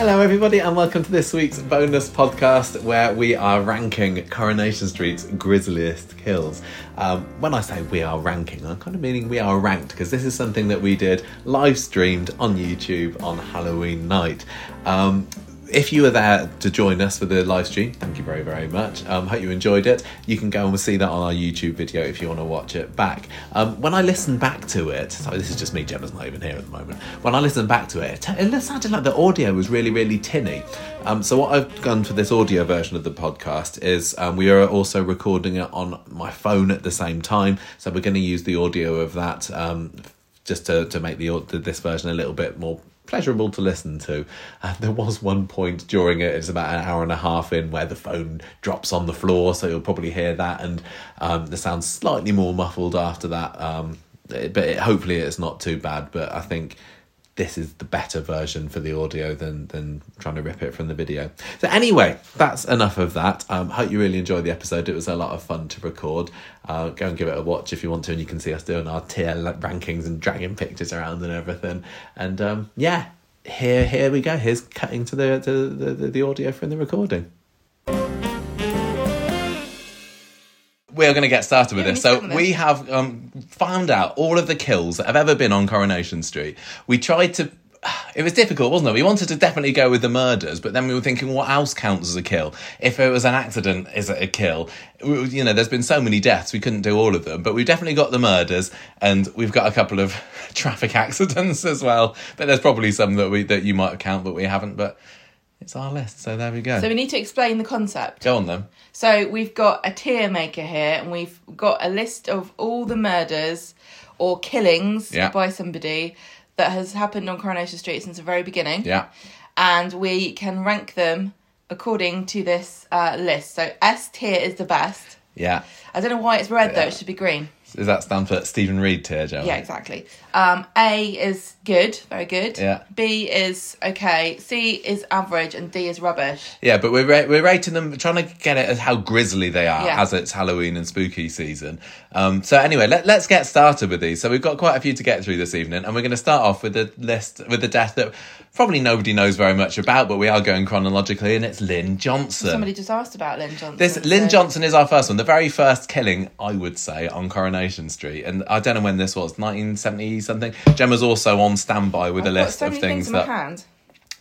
Hello, everybody, and welcome to this week's bonus podcast where we are ranking Coronation Street's grisliest kills. Um, when I say we are ranking, I'm kind of meaning we are ranked because this is something that we did live streamed on YouTube on Halloween night. Um, if you were there to join us for the live stream, thank you very, very much. Um, hope you enjoyed it. You can go and see that on our YouTube video if you want to watch it back. Um, when I listened back to it, sorry, this is just me, Gemma's not even here at the moment. When I listened back to it, it, it sounded like the audio was really, really tinny. Um, so, what I've done for this audio version of the podcast is um, we are also recording it on my phone at the same time. So, we're going to use the audio of that um, just to, to make the, au- this version a little bit more pleasurable to listen to. Uh, there was one point during it, it's about an hour and a half in, where the phone drops on the floor, so you'll probably hear that, and um, the sound's slightly more muffled after that. Um, it- but it, hopefully, it's not too bad. But I think this is the better version for the audio than than trying to rip it from the video. So anyway, that's enough of that. Um, hope you really enjoyed the episode. It was a lot of fun to record. Uh, go and give it a watch if you want to, and you can see us doing our tier li- rankings and dragging pictures around and everything. And um, yeah, here here we go. Here's cutting to the to the, the, the audio from the recording. We are going to get started with Yeah, this. we need So some of this. we have um, found out all of the kills that have ever been on Coronation Street. We tried to. It was difficult, wasn't it? We wanted to definitely go with the murders, but then we were thinking, what else counts as a kill? If it was an accident, is it a kill? We- You know, there's been so many deaths, we couldn't do all of them, but we've definitely got the murders, and we've got a couple of traffic accidents as well. But there's probably some that we that you might count, but we haven't. But it's our list, so there we go. So we need to explain the concept. go on then. So we've got a tier maker here, and we've got a list of all the murders or killings Yeah. by somebody that has happened on Coronation Street since the very beginning. Yeah, And we can rank them according to this uh, list. So S tier is the best. yeah. I don't know why it's red though. Yeah. It should be green. Does that stand for Stephen Reed tier, Joe? Yeah, exactly. Um, a is good, very good. Yeah. B is okay. C is average, and D is rubbish. Yeah, but we're ra- we're rating them, trying to get it as how grisly they are Yeah. as it's Halloween and spooky season. Um, so anyway, let, let's get started with these. So we've got quite a few to get through this evening, and we're going to start off with the list with the death that probably nobody knows very much about, but we are going chronologically, and it's Lynn Johnson. Somebody just asked about Lynn Johnson. This Lynn so- Johnson is our first one, the very first killing, I would say, on Coronation Street, and I don't know when this was, nineteen seventy something. Gemma's also on standby with a I've got list so of many things in that my hand.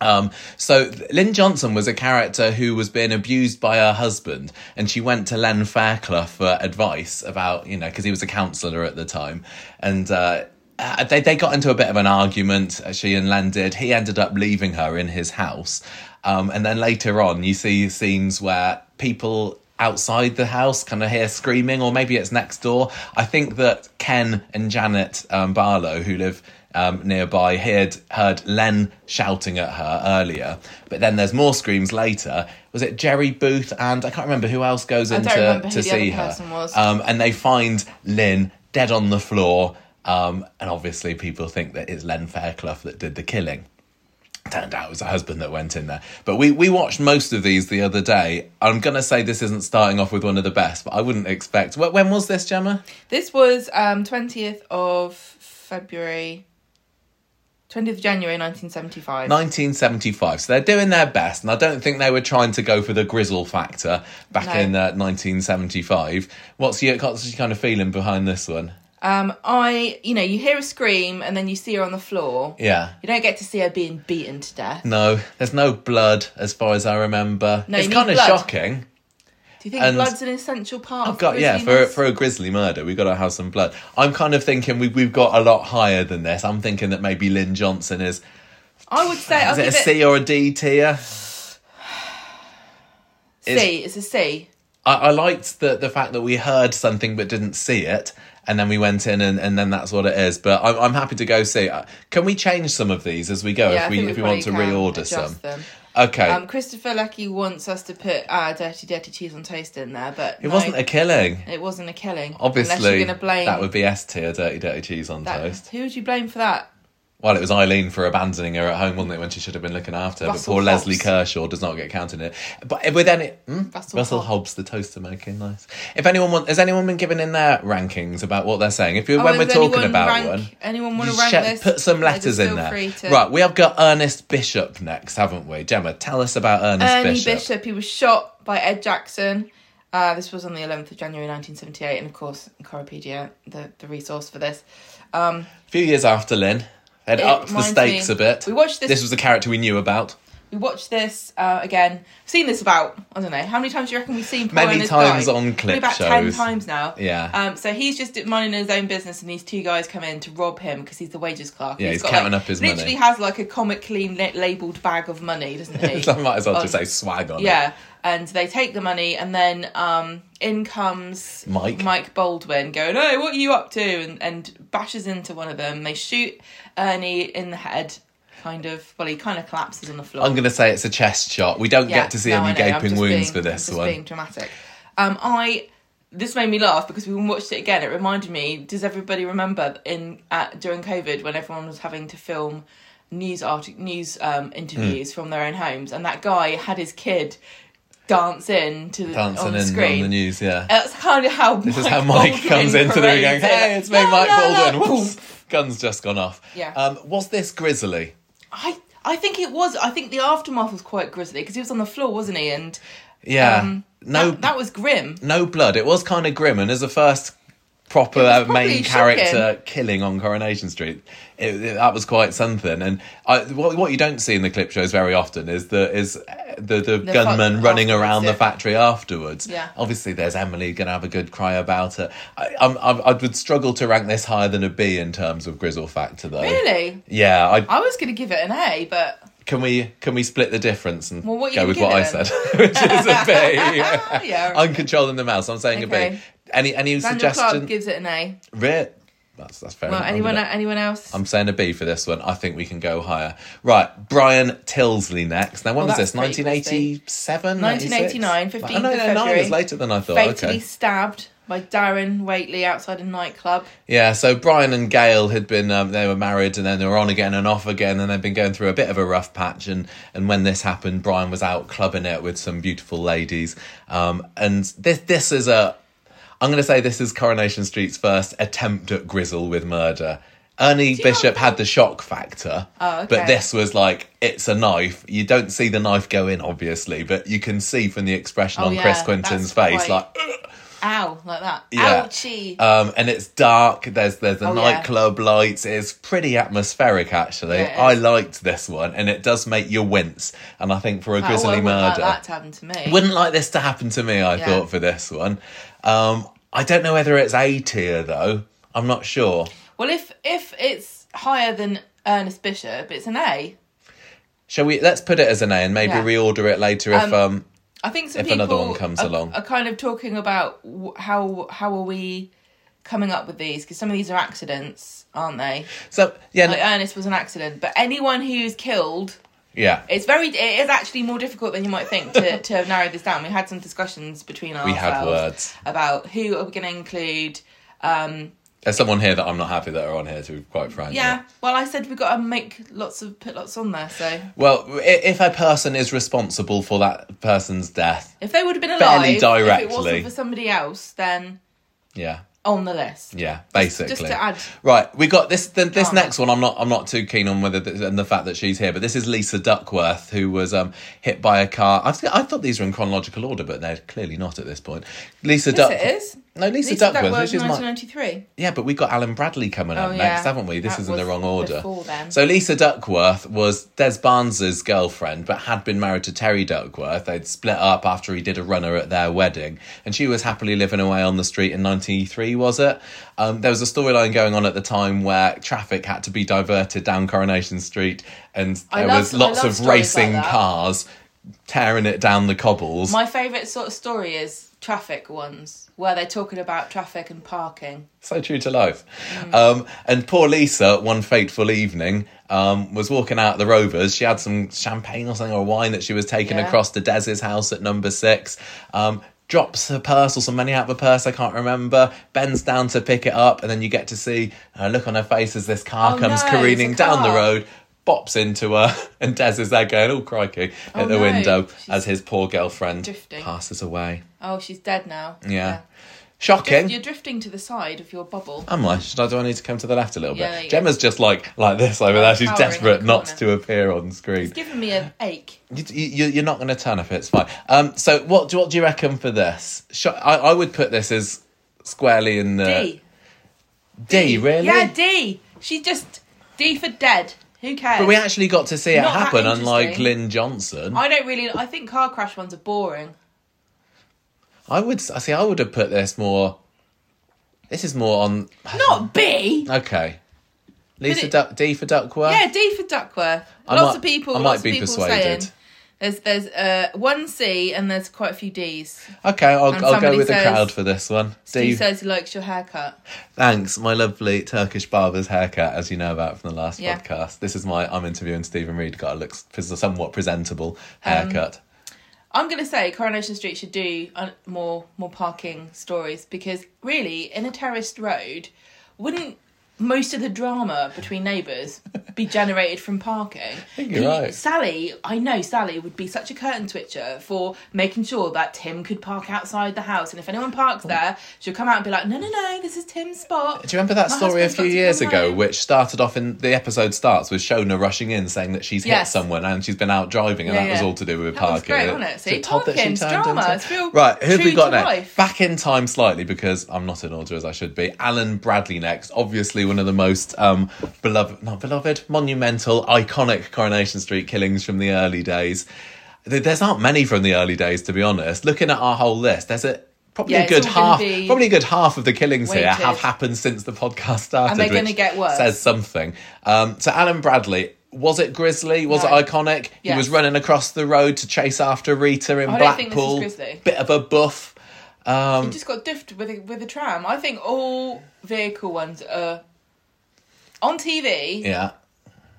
Um, so Lynn Johnson was a character who was being abused by her husband, and she went to Len Fairclough for advice about you know because he was a counsellor at the time, and. Uh, uh, they they got into a bit of an argument. uh, She and Len did. He ended up leaving her in his house, um, and then later on, you see scenes where people outside the house kind of hear screaming, or maybe it's next door. I think that Ken and Janet um, Barlow, who live um, nearby, heard heard Len shouting at her earlier. But then there's more screams later. Was it Jerry Booth and I can't remember who else goes in don't to, remember who to the see other her. person was. Um, and they find Lynn dead on the floor. Um, and obviously, people think that it's Len Fairclough that did the killing turned out it was her husband that went in there. But we, we watched most of these the other day. I'm going to say this isn't starting off with one of the best, but I wouldn't expect. Wh- When was this, Gemma? This was um twentieth of February, twentieth of January, nineteen seventy-five. 1975. So they're doing their best, and I don't think they were trying to go for the grizzle factor back No. in uh, 1975. What's your, what's your kind of feeling behind this one? Um, I, you know, you hear a scream and then you see her on the floor. Yeah. You don't get to see her being beaten to death. No, there's no blood as far as I remember. No, it's you need kind of blood. shocking. Do you think And- blood's an essential part? of God, yeah, for grisliness? for a grisly murder, we've got to have some blood. I'm kind of thinking we, we've got a lot higher than this. I'm thinking that maybe Lynn Johnson is I would say I'll is it a give it C or a D tier? It's- C. It's a C. I, I liked the the fact that we heard something but didn't see it, and then we went in, and, and then that's what it is. But I'm I'm happy to go see. Uh, Can we change some of these as we go Yeah, I if we think if we we want to probably can reorder adjust some? them. Okay, Um, Christopher Lucky wants us to put uh, dirty, dirty cheese on toast in there, but it wasn't a killing. it wasn't a killing. Obviously, unless you're going to blame that would be S tier, dirty dirty cheese on that- toast. Who would you blame for that? Well, it was Eileen for abandoning her at home, wasn't it, when she should have been looking after her? But Russell poor Hobbs. Leslie Kershaw does not get counted in it. But, but then it. Hmm? Russell Hobbs, the toaster making, nice. If anyone want, has anyone been giving in their rankings about what they're saying? If you, Oh, when we're does talking anyone about rank, one, anyone want you to rank should this? put some Yeah, letters just in feel there. free to- Right, we have got Ernest Bishop next, haven't we? Gemma, tell us about Ernest Ernie Bishop. Bishop. He was shot by Ed Jackson. Uh, this was on the 11th of January 1978, and of course, Encyclopedia, the, the resource for this. Um, A few years after Lynn, they'd It upped the reminds stakes me- a bit. we watched this- This was the character we knew about. we watched this uh, again. I've seen this about I don't know how many times do you reckon we've seen. Paul Many and this times guy? on Probably clip about ten shows. times now. Yeah. Um, so he's just minding his own business, and these two guys come in to rob him because he's the wages clerk. Yeah, he's got, counting like, up his literally money. has like a comic clean la- labelled bag of money, doesn't he? I might as well just Um, say swag on it. Yeah, and they take the money, and then um, in comes Mike. Mike Baldwin going, "Hey, what are you up to?" and and bashes into one of them. They shoot Ernie in the head, kind of. Well, he kind of collapses on the floor. I'm going to say it's a chest shot. We don't Yeah, get to see no, I any know, I'm gaping just wounds being- for I'm this just one. Being dramatic. Um, I this made me laugh because we watched it again. It reminded me. Does everybody remember in uh, during COVID when everyone was having to film news art news um, interviews Hmm. from their own homes, and that guy had his kid dance in to the, Dancing on the in screen. on the news, yeah. That's kind of how this This is how Mike comes into the room going, hey, it's me, Mike Baldwin. Boom. Whoops. Gun's just gone off. Yeah. Um, was this Grizzly? I I think it was. I think the aftermath was quite grisly because he was on the floor, wasn't he? And Yeah. um, no, that, that was grim. no blood. It was kind of grim, and as a first proper uh, was probably main character killing on Coronation Street, it, it- that was quite something. And I, what, what you don't see in the clip shows very often is the is uh, the the, The gunman fact- running afterwards, around yeah. the factory afterwards. Yeah. Obviously, there's Emily going to have a good cry about it. I, I'm, I, I would struggle to rank this higher than a B in terms of grizzle factor, though. Really? Yeah. I, I was going to give it an A, but can we can we split the difference and Well, what are you go with gonna what I give it said, which is a B. ah, Yeah, right. I'm controlling the mouse. I'm saying a B. Okay. Any any Daniel Clark suggestions? gives it an A. Re- that's that's fair. Well, enough. I'm anyone gonna- anyone else? I'm saying a B for this one. I think we can go higher. Right, Brian Tilsley next. Now, when Well, was that's this? pretty 1987? 1989, 96? 15th Oh, no, of no, nine February. is later than I thought. Fatally Okay. stabbed by Darren Waitley outside a nightclub. Yeah, so Brian and Gail had been, um, they were married and then they were on again and off again and they'd been going through a bit of a rough patch. And, and when this happened, Brian was out clubbing it with some beautiful ladies. Um, and this, this is a, I'm going to say this is Coronation Street's first attempt at grizzle with murder. Ernie Bishop had the shock factor, Oh, but okay. this was like it's a knife. You don't see the knife go in, obviously, but you can see from the expression Oh, on yeah, Chris Quinton's that's face, quite- like Ow, like that. Yeah. Ouchie. um, and it's dark. There's there's the Oh, yeah. nightclub lights. It's pretty atmospheric, actually. Yeah, it I is. liked this one, and it does make you wince. And I think for a Oh, I grisly wouldn't like murder, that to happen to me. wouldn't like this to happen to me. I Yeah. thought for this one, um, I don't know whether it's A tier though. I'm not sure. Well, if if it's higher than Ernest Bishop, it's an A. Shall we? Let's put it as an A, and maybe Yeah. reorder it later if um. I think some If people another one comes are, along. are kind of talking about w- how how are we coming up with these because some of these are accidents, aren't they? So yeah, Like no- Ernest was an accident, but anyone who's killed yeah. It's very. It is actually more difficult than you might think to, to narrow this down. We had some discussions between ourselves had words. about who are we going to include. Um, There's someone here that I'm not happy that are on here. To be quite frank, yeah. Well, I said we've got to make lots of put lots on there. So Well, i- if a person is responsible for that person's death, if they would have been alive, Fairly if it directly. wasn't for somebody else, then yeah. on the list. Yeah, Just- basically. just to add- Right, we got this. Then this Drama. next one, I'm not. I'm not too keen on whether th- and the fact that she's here, but this is Lisa Duckworth who was um, hit by a car. I, th- I thought these were in chronological order, but they're clearly not at this point. Lisa Yes, Duckworth. it is. No, Lisa, Lisa Duckworth. Duckworth, which is my, 1993. yeah, but we got Alan Bradley coming up Oh, next, yeah. haven't we? This That is in the was wrong order. before then. So Lisa Duckworth was Des Barnes's girlfriend, but had been married to Terry Duckworth. They'd split up after he did a runner at their wedding, and she was happily living away on the street in '93, was it? Um, there was a storyline going on at the time where traffic had to be diverted down Coronation Street, and I there love- was I lots love of stories racing like that. cars tearing it down the cobbles. My favourite sort of story is traffic ones where they're talking about traffic and parking. so true to life. Um, and poor Lisa, one fateful evening, um, was walking out at the Rovers. She had some champagne or something or wine that she was taking Yeah. across to Dez's house at number six. Um, drops her purse or some money out of her purse. I can't remember. Bends down to pick it up, and then you get to see her look on her face as this car Oh, comes no, it's a careening down the car. road. Bops into her, and Des is there going, "Oh crikey!" at Oh, the no. window She's as his poor girlfriend drifting. passes away. Oh, she's dead now. Yeah, shocking. You're drifting to the side of your bubble. Am I? Should I? Do I need to come to the left a little Yeah, there bit? you go. Gemma's just like like this over there. She's cowering in desperate the not corner. to appear on screen. It's giving me an ache. You, you, you're not going to turn up. It's fine. Um. So what do what do you reckon for this? Sh- I I would put this as squarely in the D. Uh, D, really. Yeah, D. She just D for dead. Who cares? But we actually got to see it Not that happen, unlike interesting. Lynn Johnson. I, I don't really. I think car crash ones are boring. would I see. I would have put this more. This is more on. Not B. Okay. Lisa it- Duck D for Duckworth. Yeah, D for Duckworth. I lots might- of people. I might lots be of people persuaded. saying there's there's uh, one C and there's quite a few D's. Okay, I'll, I'll go somebody with the says- crowd for this one. Steve D- says he likes your haircut. Thanks, my lovely Turkish barber's haircut, as you know about from the last Yeah. podcast. This is my I'm interviewing Stephen Reed. Got a looks somewhat presentable haircut. I'm gonna say Coronation Street should do uh, more more parking stories because really, in a terraced road, wouldn't most of the drama between neighbours be generated from parking? think you're right. Sally, I know Sally would be such a curtain twitcher for making sure that Tim could park outside the house, and if anyone parks there, she'll come out and be like, "No, no, no, this is Tim's spot." Oh. Do you remember that My story a husband's few got to years come ago, home. which started off in the episode starts with Shona rushing in saying that she's Yes. hit someone and she's been out driving, and Yeah, that was yeah. all to do with That was parking. great, wasn't it? See, a Todd that she Parkins, turned drama, into- it's real right, who have we true got to now? life. Back in time slightly because I'm not in order as I should be. Alan Bradley next, obviously one of the most um, beloved, not beloved, monumental, iconic Coronation Street killings from the early days. There- There's not many from the early days, to be honest. Looking at our whole list, there's a probably Yeah, a it's good all gonna half, be- probably a good half of the killings here Weighted. have happened since the podcast started. they're gonna which get worse. Says something. Um, so Alan Bradley, was it Grizzly? Was No. it iconic? He Yes. was running across the road to chase after Rita in I don't think this is Blackpool. Grizzly. Bit of a buff. Um, just got diffed with a, with a tram. I think all vehicle ones are on TV. yeah.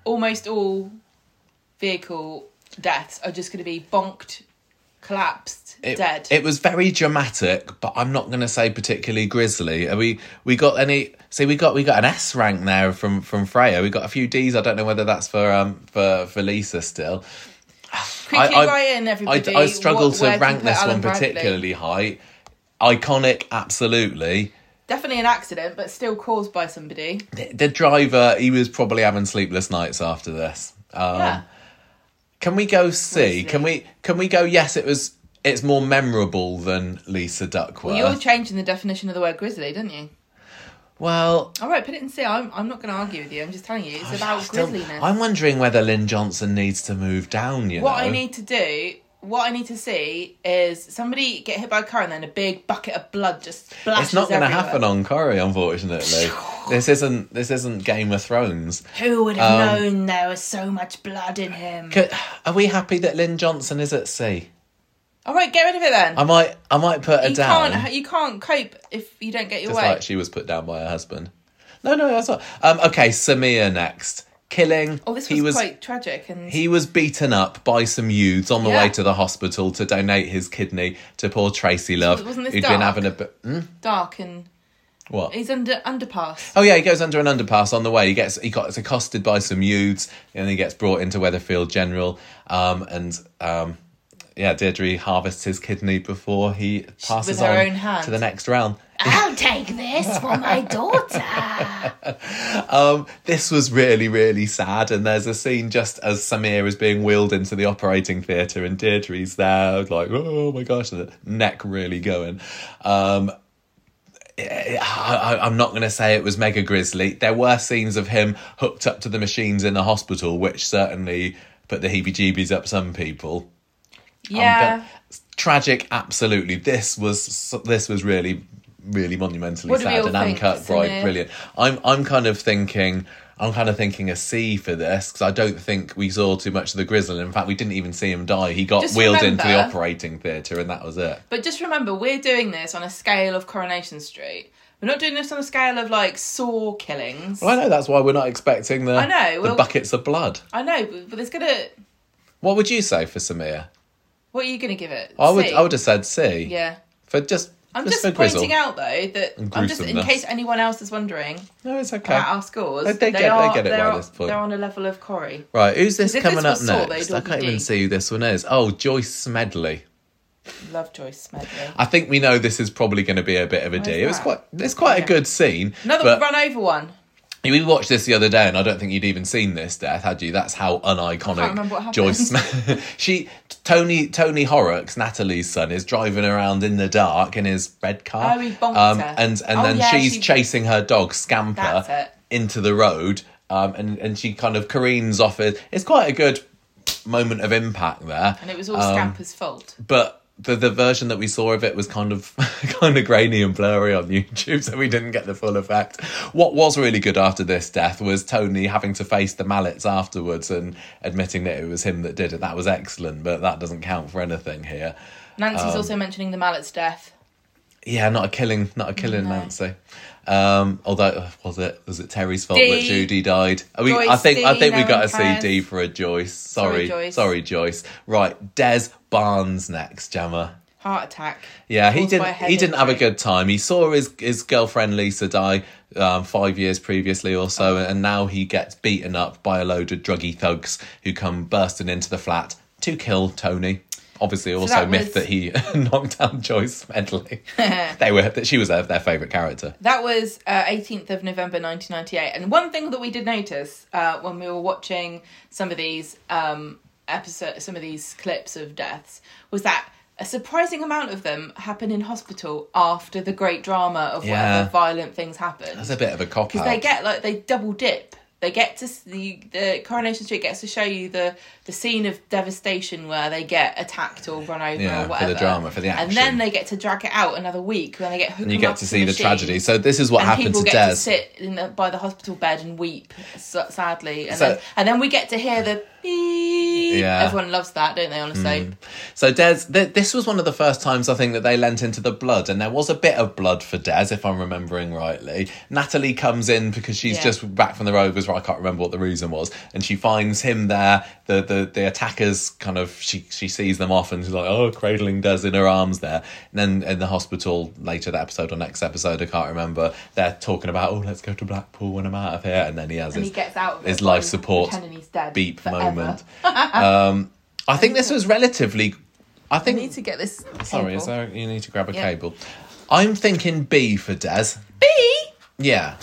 Almost all vehicle deaths are just going to be bonked, collapsed, It, dead. It was very dramatic, but I'm not going to say particularly grisly. Are we we got any? See, we got we got an S rank there from from Freya. We got a few D's. I don't know whether that's for um for for Lisa still. Quickly I- I- write in I, everybody. I struggle what- to where you rank put this Alan one Bradley. particularly high. Iconic, absolutely. Definitely an accident, but still caused by somebody. The, the driver, he was probably having sleepless nights after this. Um, yeah. Can we go see? Wesley. Can we can we go? Yes, it was. It's more memorable than Lisa Duckworth. You're changing the definition of the word grizzly, didn't you? well, All right, put it in C. I'm, I'm not going to argue with you. I'm just telling you, it's about still- grizzliness. I'm wondering whether Lynn Johnson needs to move down. You What know, I need to do, what I need to see is somebody get hit by a car and then a big bucket of blood just splashes it's not going to everywhere. happen on Corey, unfortunately. this isn't this isn't Game of Thrones. Who would have Um, known there was so much blood in him? C- Are we happy that Lynn Johnson is at sea? All right, get rid of it then. I might I might put her you down. can't you can't cope if you don't get your It's way. like she was put down by her husband. No, no, that's not. Um, okay, Samir next. Killing. oh, this was, he was quite tragic and he was beaten up by some youths on the Yeah. way to the hospital to donate his kidney to poor Tracy Love, wasn't this who'd been dark? having a bit. Hmm? dark and What? he's under underpass. Oh yeah, he goes under an underpass on the way. He gets he got accosted by some youths, and he gets brought into Weatherfield General. Um, and um, yeah, Deirdre harvests his kidney before he passes her on own hand. to the next round. I'll take this for my daughter. Um, this was really, really sad. And there's a scene just as Samir is being wheeled into the operating theatre, and Deirdre's there, like, oh my gosh, and the neck really going. Um, I, I, I'm not going to say it was mega grisly. There were scenes of him hooked up to the machines in the hospital, which certainly put the heebie jeebies up some people. Um, Yeah. but tragic, absolutely. This was this was really, really monumentally What do we sad. all And Anne think, Kirkbride, Samir? brilliant. I'm I'm kind of thinking. I'm kind of thinking a C for this because I don't think we saw too much of the grizzle. In fact, we didn't even see him die. He got Just wheeled into the remember- operating theatre, and that was it. But just remember, we're doing this on a scale of Coronation Street. We're not doing this on a scale of like Saw killings. Well, I know that's why we're not expecting the I know, the well- buckets of blood. I know, but, but there's gonna. What would you say for Samir? What are you gonna give it? I would C? I would have said C. Yeah. for just. I'm just, just, for Grizzle. pointing out though that I'm just in Gruesomeness. case anyone else is wondering No, it's okay. about our scores. They- they get- they are, get it they're by on- this point. They're on a level of Corey. Right, who's this If this coming up was salt, next? they'd I can't all be even D. see who this one is. Oh, Joyce Smedley. Lovejoy Smedley. I think we know this is probably going to be a bit of a D. is It was that? quite, it's quite a Yeah. good scene. Another but run over one. we watched this the other day, and I don't think you'd even seen this death, had you? That's how remember what uniconic happened. Joyce. Sm- she, Tony, Tony Horrocks, Natalie's son, is driving around in the dark in his red car. Um, Oh, he bonked her. and and Oh, then yeah, she's she- chasing her dog Scamper That's it. into the road, um, and and she kind of careens off it. It's quite a good moment of impact there. And it was all Um, Scamper's fault. but the, the version that we saw of it was kind of kind of grainy and blurry on YouTube, so we didn't get the full effect. What was really good after this death was Tony having to face the mallets afterwards and admitting that it was him that did it. That was excellent, but that doesn't count for anything here. Nancy's um, also mentioning the mallet's death. Yeah, not a killing, not a killing, No. Nancy. Um, although was it was it Terry's fault that D. Judy died? Are we, I Joyce, think I D, think we no got a one cares. CD for a Joyce. Sorry, Sorry, Joyce. sorry, Joyce. Right, Des Barnes next, Jammer. Heart attack. Yeah, he caused by didn't. a head He didn't have a injury. good time. He saw his his girlfriend Lisa die um, five years previously or so, Oh. and now he gets beaten up by a load of druggy thugs who come bursting into the flat to kill Tony. Obviously, also that myth was- that he knocked down Joyce Smedley. they were that she was their, their favourite character. That was uh, 18th of November 1998. And one thing that we did notice uh, when we were watching some of these um, episodes, some of these clips of deaths, was that a surprising amount of them happen in hospital after the great drama of Yeah. whatever violent things happen. That's a bit of a cop out. Because they get like they double dip. They get to s- the the Coronation Street gets to show you the the scene of devastation where they get attacked or run over Yeah, for or the whatever drama, for the and action. then they get to drag it out another week when they get hooked. and you get to see the tragedy. So this is what and happened people to get Des. to sit in the, by the hospital bed and weep so, sadly, and So- then and then we get to hear the beep. Yeah. Mm. Everyone loves that, don't they? On a soap. So Des, th- this was one of the first times I think that they lent into the blood, and there was a bit of blood for Des, if I'm remembering rightly. Natalie comes in because she's Yeah. just back from the road, because I can't remember what the reason was, and she finds him there. The the the attackers kind of she she sees them off, and she's like, oh, cradling Des in her arms there. And then in the hospital later that episode or next episode, I can't remember. They're talking about, oh, let's go to Blackpool when I'm out of here, and then he has And his, he gets out. Of it his life and support pretending he's dead beep forever. moment. Um, I think this was relatively. I I think need to get this. Sorry, table. is there, you need to grab a Yeah. cable. I'm thinking B for Des. B Yeah.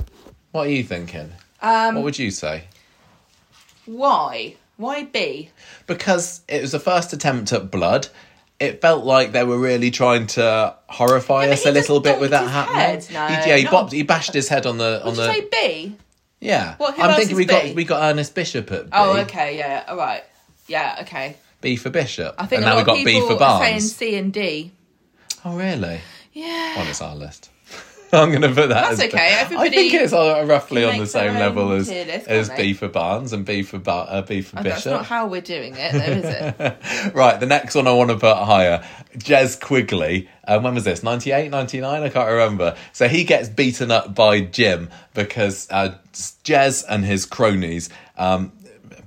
What are you thinking? Um, what would you say? Why? Why B? Because it was the first attempt at blood. It felt like they were really trying to horrify but us he a little just bit with that bonked happening. his head. No, he, yeah, he, no. bopped, he bashed his head on the on Did the you say B? yeah. What, who I'm else thinking is we B? got we got Ernest Bishop at B. Oh, okay, yeah, all right, yeah, okay. B for Bishop, I think and a now we lot got of B people for are saying Barnes. C and D. Oh, really? Yeah, Well, it's our list. I'm going to put that. That's as B. okay, I think everybody it's uh, roughly on the makes their same own level as tier list, as can't they? Oh, B for Barnes and B for Bar- uh, B for that's Bishop. not how we're doing it, though, is it? right, the next one I want to put higher. Jez Quigley. Um, when was this? 98, 99? I can't remember. So he gets beaten up by Jim because uh, Jez and his cronies um,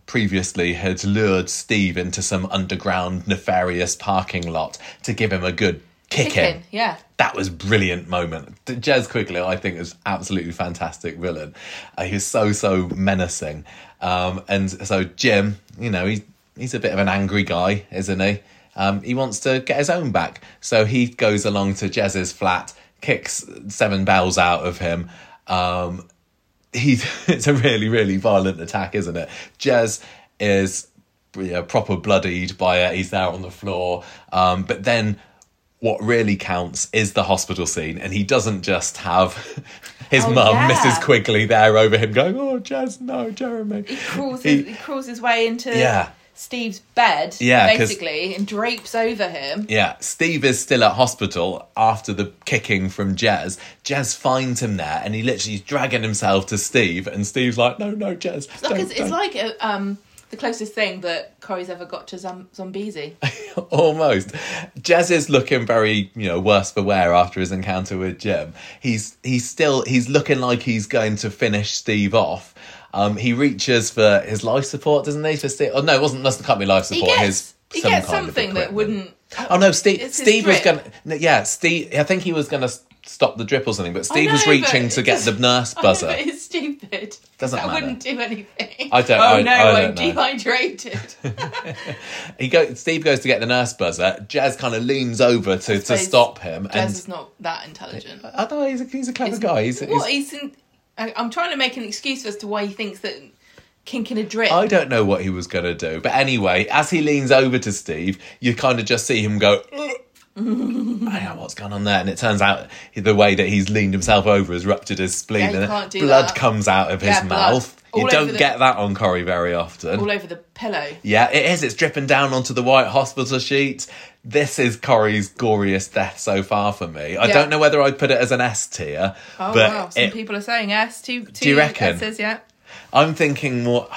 previously had lured Steve into some underground nefarious parking lot to give him a good kicking. Chicken, yeah. That was brilliant moment. Jez Quigley, I think, is absolutely fantastic villain. Uh, he was so so menacing, um, and so Jim, you know, he's he's a bit of an angry guy, isn't he? Um, he wants to get his own back, so he goes along to Jez's flat, kicks seven bells out of him. Um, he's it's a really really violent attack isn't it jez is yeah, proper bloodied by it he's there on the floor um, but then what really counts is the hospital scene and he doesn't just have his Oh, mum yeah. mrs quigley there over him going oh jez no jeremy He crawls, He- his, he crawls his way into Yeah. Steve's bed, Yeah, 'cause- basically, and drapes over him. Yeah, Steve is still at hospital after the kicking from Jez. Jez finds him there, and he literally is dragging himself to Steve. And Steve's like, "No, no, Jez." Look, don't, it's, don't." it's like uh um, the closest thing that Corey's ever got to Zom- Zombiezy. almost. Jez is looking very, you know, worse for wear after his encounter with Jim. He's he's still he's looking like he's going to finish Steve off. Um, he reaches for his life support, doesn't he? For Steve? Oh no, it wasn't. That's can't be life He support. gets His You some kind get of something that equipment. wouldn't. Oh no, Steve! It's his Steve was drip. gonna. no, Yeah, Steve. I think he was gonna s- stop the drip or something, but Steve was know, reaching but to it get the doesn't- nurse buzzer. I know, but it's stupid. Doesn't I matter. wouldn't do anything. I don't- Oh I- no, I don't am know. dehydrated. He go, Steve goes to get the nurse buzzer. Jazz kind of leans over to, to suppose stop him, Jez and is not that intelligent. I know he's a, he's a clever guy. He's, what he's- he's in, I, I'm trying to make an excuse as to why he thinks that kinking a drip. I don't know what he was gonna do, but anyway, as he leans over to Steve, you kind of just see him go. "Ugh." I don't know what's going on there, and it turns out the way that he's leaned himself over has ruptured his spleen, Yeah, you and can't do blood that. comes out of his Yeah, blood. mouth. All You over don't the- get that on Corrie very often. all over the pillow. Yeah, it is. It's dripping down onto the white hospital sheet. This is Corrie's goriest death so far for me. I Yeah. don't know whether I'd put it as an S tier, Oh but wow! Some it- people are saying yes. Two, two you reckon? S's, yeah. I'm thinking more.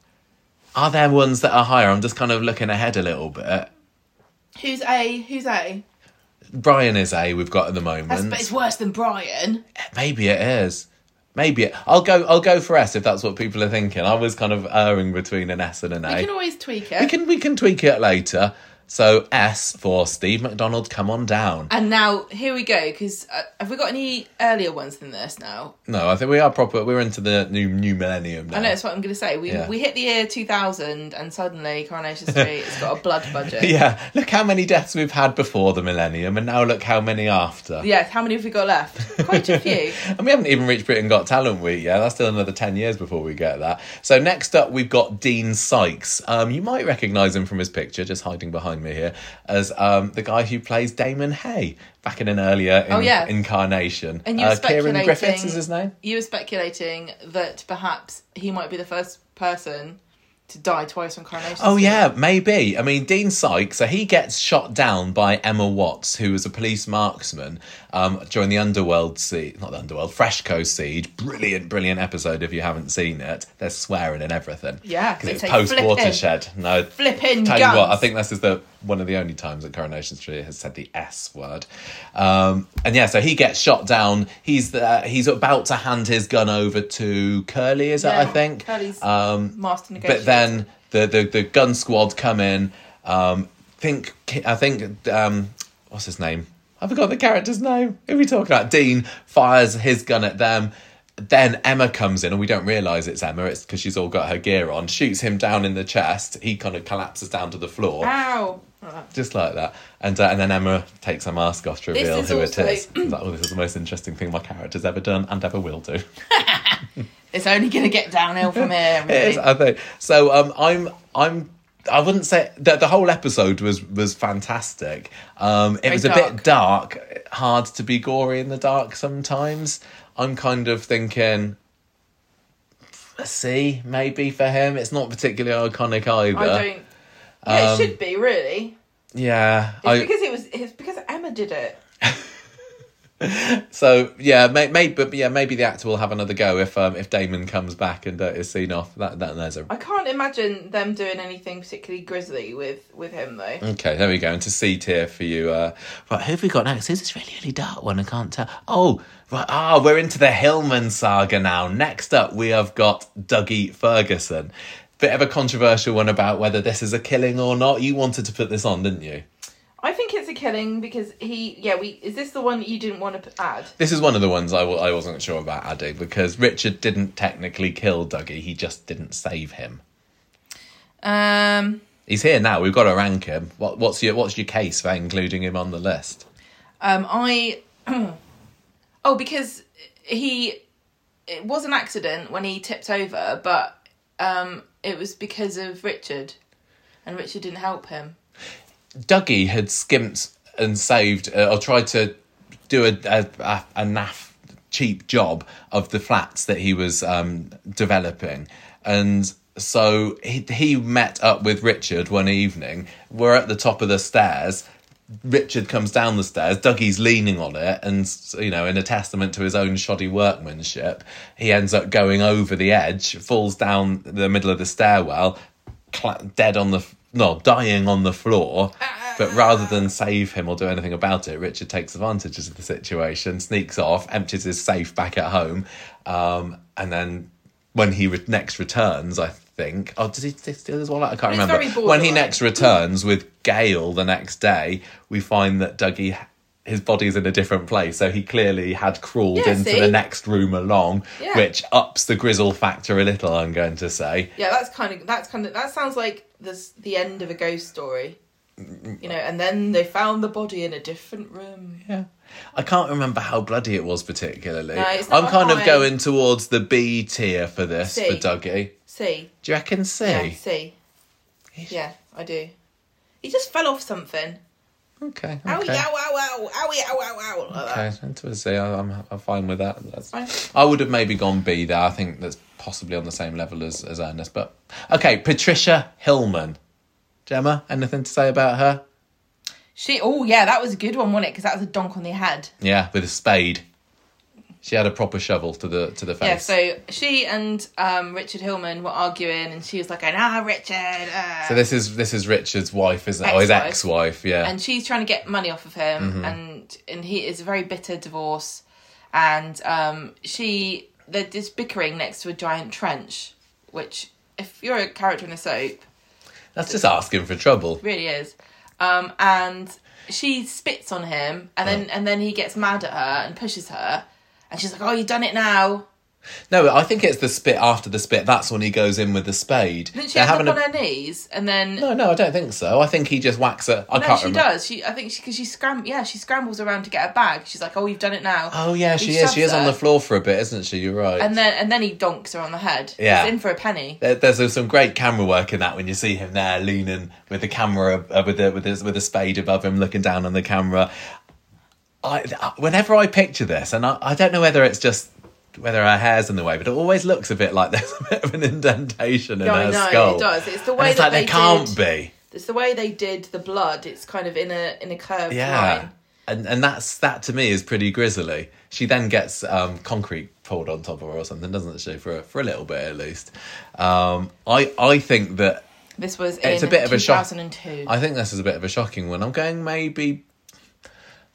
Are there ones that are higher? I'm just kind of looking ahead a little bit. Who's A? Who's A? Brian is A we've got at the That's, moment. but it's worse than Brian. Maybe it is. Maybe it. I'll go. I'll go for S if that's what people are thinking. I was kind of erring between an S and an A. You can always tweak we it. can we can tweak it later. So S for Steve McDonald. Come on down. And now here we go. Because uh, have we got any earlier ones than this now? No, I think we are proper. We're into the new new millennium now. I know that's what I'm going to say. We Uh, Yeah. we hit the year 2000, and suddenly Coronation Street has got a blood budget. Yeah, look how many deaths we've had before the millennium, and now look how many after. Yes, how many have we got left? Quite a few. And we haven't even reached Britain Got Talent week yet. That's still another 10 years before we get that. So, next up, we've got Dean Sykes. Um, you might recognise him from his picture, just hiding behind me here, as um, the guy who plays Damon Hay back in an earlier in- Oh, yeah. incarnation. Uh, And you were Kieran Griffiths speculating- is his name? You were speculating that perhaps he might be the first person to die twice from Coronation Oh Street. yeah, maybe. I mean, Dean Sykes. So he gets shot down by Emma Watts, who was a police marksman um, during the Underworld siege, not the Underworld, Freshco siege. Brilliant, brilliant episode. If you haven't seen it, they're swearing and everything. Yeah, because they it's say post flipping. watershed. No, Flipping Tell guns. you what, I think this is the one of the only times that Coronation Street has said the S word. Um, and yeah, so he gets shot down. He's the, he's about to hand his gun over to Curly. Is that I Yeah, think Curly's um, master negotiator. but then the, the the gun squad come in. Um, think I think um, what's his name? I forgot the character's name. Who are we talking about? Dean fires his gun at them. Then Emma comes in, and we don't realise it's Emma. It's because she's all got her gear on. Shoots him down in the chest. He kind of collapses down to the floor, Ow! Oh, just like that. And uh, and then Emma takes her mask off to reveal is who also- it is. It's like, oh, this is the most interesting thing my character's ever done and ever will do. It's only going to get downhill from here. It really. is, I think. So um, I'm I'm I wouldn't say that the whole episode was was fantastic. Um, it was a bit dark, hard to be gory in the dark sometimes. I'm kind of thinking a C maybe for him. It's not particularly iconic either. I don't. Yeah, it should be really. yeah, It's Um, I, because it was. It's because Emma did it. so yeah, may, maybe but yeah, maybe the actor will have another go if um, if Damon comes back and uh, is seen off. That that there's a I can't imagine them doing anything particularly grisly with with him though. Okay, there we go. And to C tier for you. Uh, right, who have we got next? This is really, really dark one. I can't tell. Oh, right. Ah, we're into the Hillman saga now. Next up, we have got Dougie Ferguson. Bit of a controversial one about whether this is a killing or not. You wanted to put this on, didn't you? I think it's a killing because he. Yeah, we. Is this the one that you didn't want to p- add? This is one of the ones I w- I wasn't sure about adding because Richard didn't technically kill Dougie, he just didn't save him. Um. He's here now. We've got to rank him. What, what's your What's your case for including him on the list? Um. I. oh, because he. It was an accident when he tipped over, but um, it was because of Richard, and Richard didn't help him. Dougie had skimped and saved uh, or tried to do a, a, a, a naff cheap job of the flats that he was um, developing. And so he, he met up with Richard one evening. We're at the top of the stairs. Richard comes down the stairs. Dougie's leaning on it, and you know, in a testament to his own shoddy workmanship, he ends up going over the edge, falls down the middle of the stairwell, cla dead on the f- no, dying on the floor. But rather than save him or do anything about it, Richard takes advantage of the situation, sneaks off, empties his safe back at home, um, and then when he re- next returns, I think. Oh, did he, did he steal his wallet? I can't It's remember. very When he borderline. next returns with Gail the next day, we find that Dougie, his body's in a different place. So he clearly had crawled Yeah, into see? the next room along, Yeah. which ups the grizzle factor a little, I'm going to say. Yeah, that's kind of that's kind of that sounds like this the end of a ghost story. You know, and then they found the body in a different room. Yeah. I can't remember how bloody it was particularly. No, it's not I'm kind of mine. going towards the B tier for this, for C. Dougie. See, Do you reckon C? yeah, see, yeah, I do. He just fell off something. Okay. Owie, okay. ow, ow, ow, owie, ow, ow, ow. Like Okay, that. into a C. I, I'm, I'm fine with that. That's, Fine. I would have maybe gone B there. I think that's possibly on the same level as, as Ernest. But okay, Patricia Hillman. Gemma, anything to say about her? She, oh yeah, that was a good one, wasn't it? Because that was a donk on the head. Yeah, with a spade. She had a proper shovel to the to the face. Yeah, so she and um, Richard Hillman were arguing, and she was like, going, "Ah, Richard," uh. So this is this is Richard's wife, isn't it? Oh, his Ex-wife. ex-wife. Yeah. and she's trying to get money off of him, and and he is a very bitter divorce, and um, she they're just bickering next to a giant trench, which if you're a character in a soap, That's just asking for trouble. really is, um, and she spits on him, and then and then he gets mad at her and pushes her, and she's like, "Oh, you've done it now." No, I think it's the spit after the spit. That's when he goes in with the spade. Then she They're ends up having a- on her knees, and then No, no, I don't think so. I think he just whacks her. I No, can't she remember. does. She, I think, she because she scram, yeah, she scrambles around to get her bag. She's like, "Oh, you've done it now." Oh yeah, she He is. She is shoves on the her. floor for a bit, isn't she? You're right. And then, and then he donks her on the head. Yeah. He's in for a penny. There- There's some great camera work in that when you see him there leaning with the camera uh, with the with his, with a spade above him, looking down on the camera. I I- whenever I picture this, and I, I don't know whether it's just whether her hair's in the way, but it always looks a bit like there's a bit of an indentation in Yeah, I her know, it skull. does. It's the And way it's that like there they can't be. It's the way they did the blood. It's kind of in a in a curved Yeah. line. And and that's that to me is pretty grisly. She then gets um, concrete poured on top of her or something, doesn't she? For a, for a little bit at least. Um, I I think that This was in It's a bit of a shock. 2002. I think this is a bit of a shocking one. I'm going maybe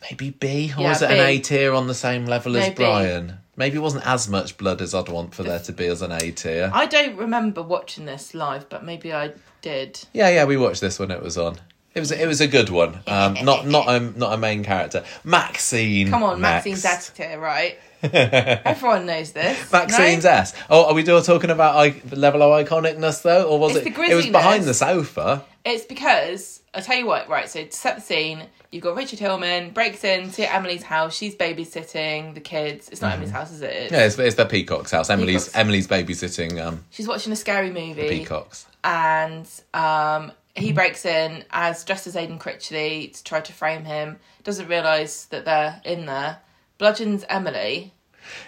maybe B or Yeah, is it an A B. tier on the same level as Maybe. Brian? Maybe it wasn't as much blood as I'd want for there to be as an A tier. I don't remember watching this live, but maybe I did. Yeah, yeah, we watched this when it was on. It was it was a good one. Um, not not a not a main character. Maxine. Come on, next. Maxine's Exeter, right? Everyone knows this. Maxine's no? ass. Oh, are we still talking about I- the level of iconicness though, or was It's it? the it was behind grisliness. the sofa. It's because I tell you what, right? So to set the scene, you've got Richard Hillman breaks into Emily's house. She's babysitting the kids. It's not Emily's house, is it? Mm-hmm. Yeah, it's, it's the peacock's house. Emily's Peacock's. Emily's babysitting um, She's watching a scary movie. peacocks. and um, he breaks in as dressed as Aidan Critchley to try to frame him. Doesn't realise that they're in there. Bludgeons Emily.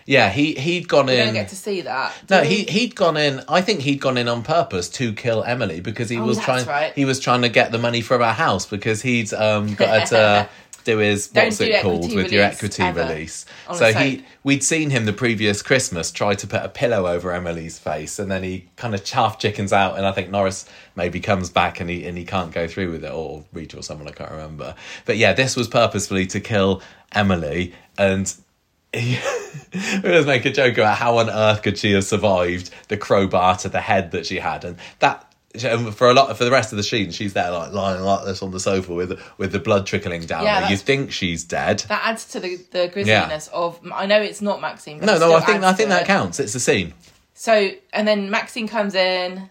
Yeah, he he'd gone We in. don't get to see that. do No, we? he he'd gone in. I think he'd gone in on purpose to kill Emily because he was Oh, that's trying. right. He was trying to get the money from her house because he'd um, got her to do his Don't what's do it equity called with your release equity ever release. on So its he own. we'd seen him the previous Christmas try to put a pillow over Emily's face, and then he kind of chaff chickens out, and I think Norris maybe comes back and he and he can't go through with it, or Rita or someone I can't remember. But yeah, this was purposefully to kill Emily and. He, we always make a joke about how on earth could she have survived the crowbar to the head that she had, and that and for a lot for the rest of the scene, she's there like lying like this on the sofa with with the blood trickling down. Yeah, her. you that's- think she's dead? That adds to the, the grisliness of. I know it's not Maxine. But No, it no, still I think adds I to think that it. counts. It's a scene. So and then Maxine comes in,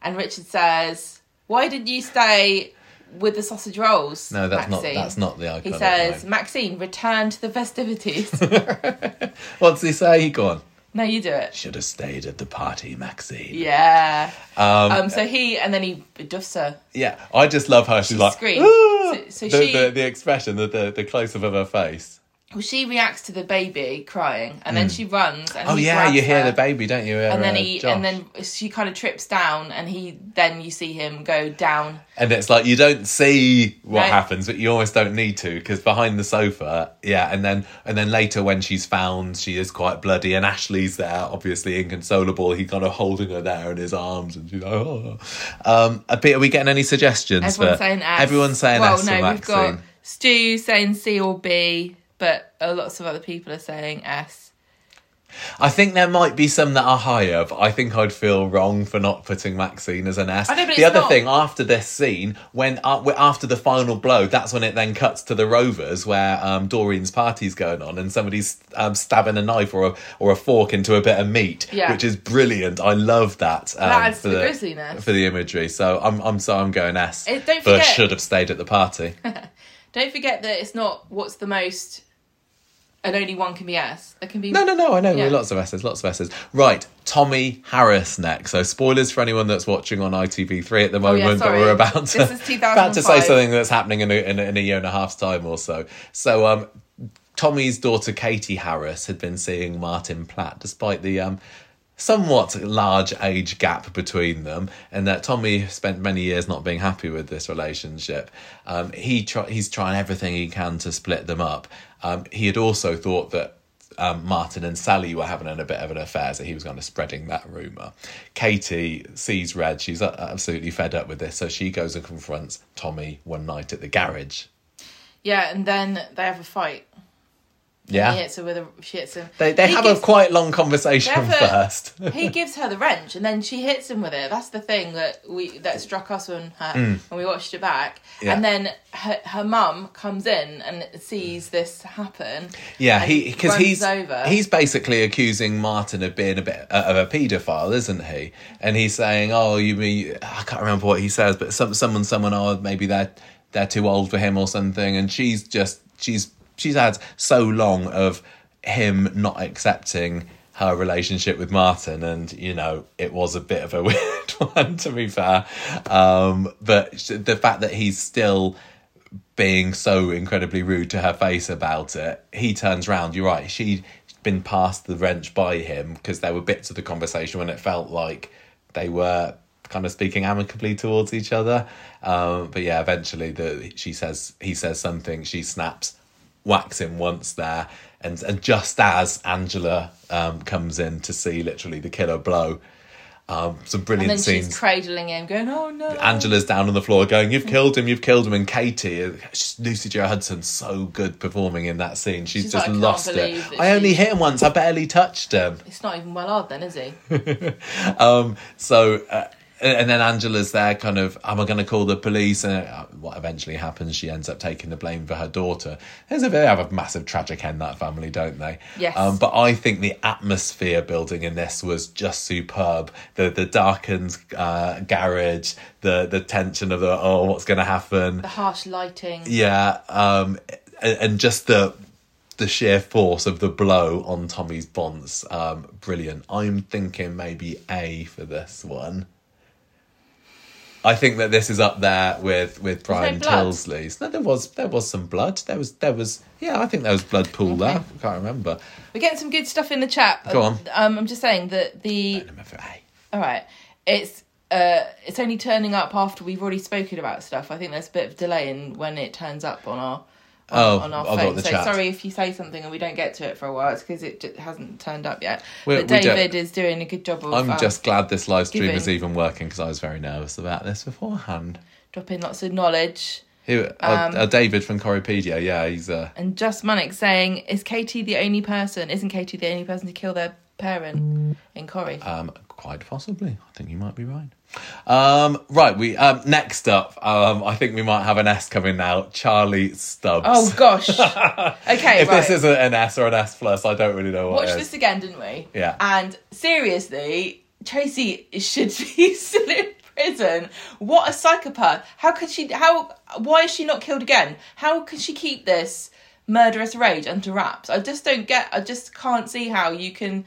and Richard says, "Why did you stay with the sausage rolls?" No, that's Maxine? not that's not the icon. He says, "Maxine, return to the festivities." "What's he say?" He gone. no, you do it. Should have stayed at the party, Maxine. Yeah. Um, so he and then he duffs her. Yeah, I just love her. She's like, screams. "Ah!" So- so the, she- the the expression, the the, the close up of her face. Well, she reacts to the baby crying, and then she runs. And Oh he yeah, grabs you hear her, the baby, don't you? And then uh, he, Josh? and then she kind of trips down, and he, then you see him go down. And it's like you don't see what No. happens, but you almost don't need to because behind the sofa, yeah. And then and then later when she's found, she is quite bloody, and Ashley's there, obviously inconsolable. He kind of holding her there in his arms, and she's like, oh. Um, uh, Pete, are we getting any suggestions? Everyone's for, saying S. Everyone's saying well, S no, for we've got Maxine. Stu saying C or B, but uh, lots of other people are saying S. I think there might be some that are higher, but I think I'd feel wrong for not putting Maxine as an S. I know, but the it's other not- thing, after this scene, when uh, we- after the final blow, that's when it then cuts to the Rovers, where um, Doreen's party's going on, and somebody's um, stabbing a knife or a, or a fork into a bit of meat, Yeah. which is brilliant. I love that. Um, That adds for to the grisliness. for the imagery. So I'm I'm so I'm going S. Eh, but don't forget- should have stayed at the party. Don't forget that it's not what's the most, and only one can be S. There can be No, no, no. I know. Yeah. Lots of S's. Lots of S's. Right. Tommy Harris next. So spoilers for anyone that's watching on ITV3 at the moment. Oh, yeah, but sorry. we're about to This is about to say 2005. something that's happening in a, in, a, in a year and a half's time or so. So um, Tommy's daughter Katie Harris had been seeing Martin Platt, despite the um, somewhat large age gap between them, and that Tommy spent many years not being happy with this relationship. Um, he try- he's trying everything he can to split them up. Um, he had also thought that. Um, Martin and Sally were having a bit of an affair, so he was kind of spreading that rumor. Katie sees Red; she's a- absolutely fed up with this, so she goes and confronts Tommy one night at the garage. Yeah, and then they have a fight. Yeah, He hits her with a. She hits him. They, they He have a gives- quite long conversation They have a- first. he gives her the wrench and then she hits him with it. That's the thing that we that struck us when her, when we watched it back. Mm. Yeah. And then her, her mum comes in and sees this happen. Yeah, and he because runs he's over. he's basically accusing Martin of being a bit uh, of a paedophile, isn't he? And he's saying, "Oh, you mean I can't remember what he says, but some someone someone oh maybe they're they're too old for him or something." And she's just she's she's had so long of him not accepting her relationship with Martin, and you know it was a bit of a weird one to be fair. Um, but the fact that he's still being so incredibly rude to her face about it, he turns round. You're right. She'd been passed the wrench by him because there were bits of the conversation when it felt like they were kind of speaking amicably towards each other. Um, but yeah, eventually the she says he says something. She snaps, whacks him once there, and and just as Angela um, comes in to see literally the killer blow, um, some and brilliant then scenes. she's cradling him, going, "Oh no!" Angela's down on the floor going, You've killed him, you've killed him. And Katie, uh, she's- Lucy Jo Hudson, so good performing in that scene. She's, She's just like, "I can't lost it. believe that I only she- hit him once, I barely touched him. it's not even Willard then, is he? Um, so, uh, and and then Angela's there, kind of, am I going to call the police? And uh, what eventually happens, she ends up taking the blame for her daughter. There's a they have a massive tragic end that family, don't they? Yes. Um, but I think the atmosphere building in this was just superb. The the darkened uh, garage, the the tension of the oh, what's going to happen? The harsh lighting. Yeah, um, and, and just the the sheer force of the blow on Tommy's bonds, um, brilliant. I'm thinking maybe A for this one. I think that this is up there with with Brian blood? Tilsley's. No, there was there was some blood. There was there was yeah. I think there was blood pool there. I can't remember. We're getting some good stuff in the chat. Go on. Um, I'm just saying that the Number for A. All right. It's uh, it's only turning up after we've already spoken about stuff. I think there's a bit of delay in when it turns up on our on, Oh, on our I've got phone. the So chat. sorry if you say something and we don't get to it for a while. It's because it just hasn't turned up yet. We- but we don't- David is doing a good job of I'm um, just glad this live stream is giving. even working because I was very nervous about this beforehand. dropping lots of knowledge. Who? uh, Um, uh, David from Coropedia. Yeah, he's uh, And Just Manic saying, "Is Katie the only person? Isn't Katie the only person to kill their parent in Corrie?" Um, quite possibly. I think you might be right. Um, right. We um, next up. Um, I think we might have an S coming now. Charlie Stubbs. oh gosh. okay. if right. this isn't an S or an S plus, I don't really know what watched it is. this again, didn't we? Yeah. And seriously, Tracy should be still in prison. What a psychopath! How could she? How? Why is she not killed again? How can she keep this murderous rage under wraps? I just don't get. I just can't see how you can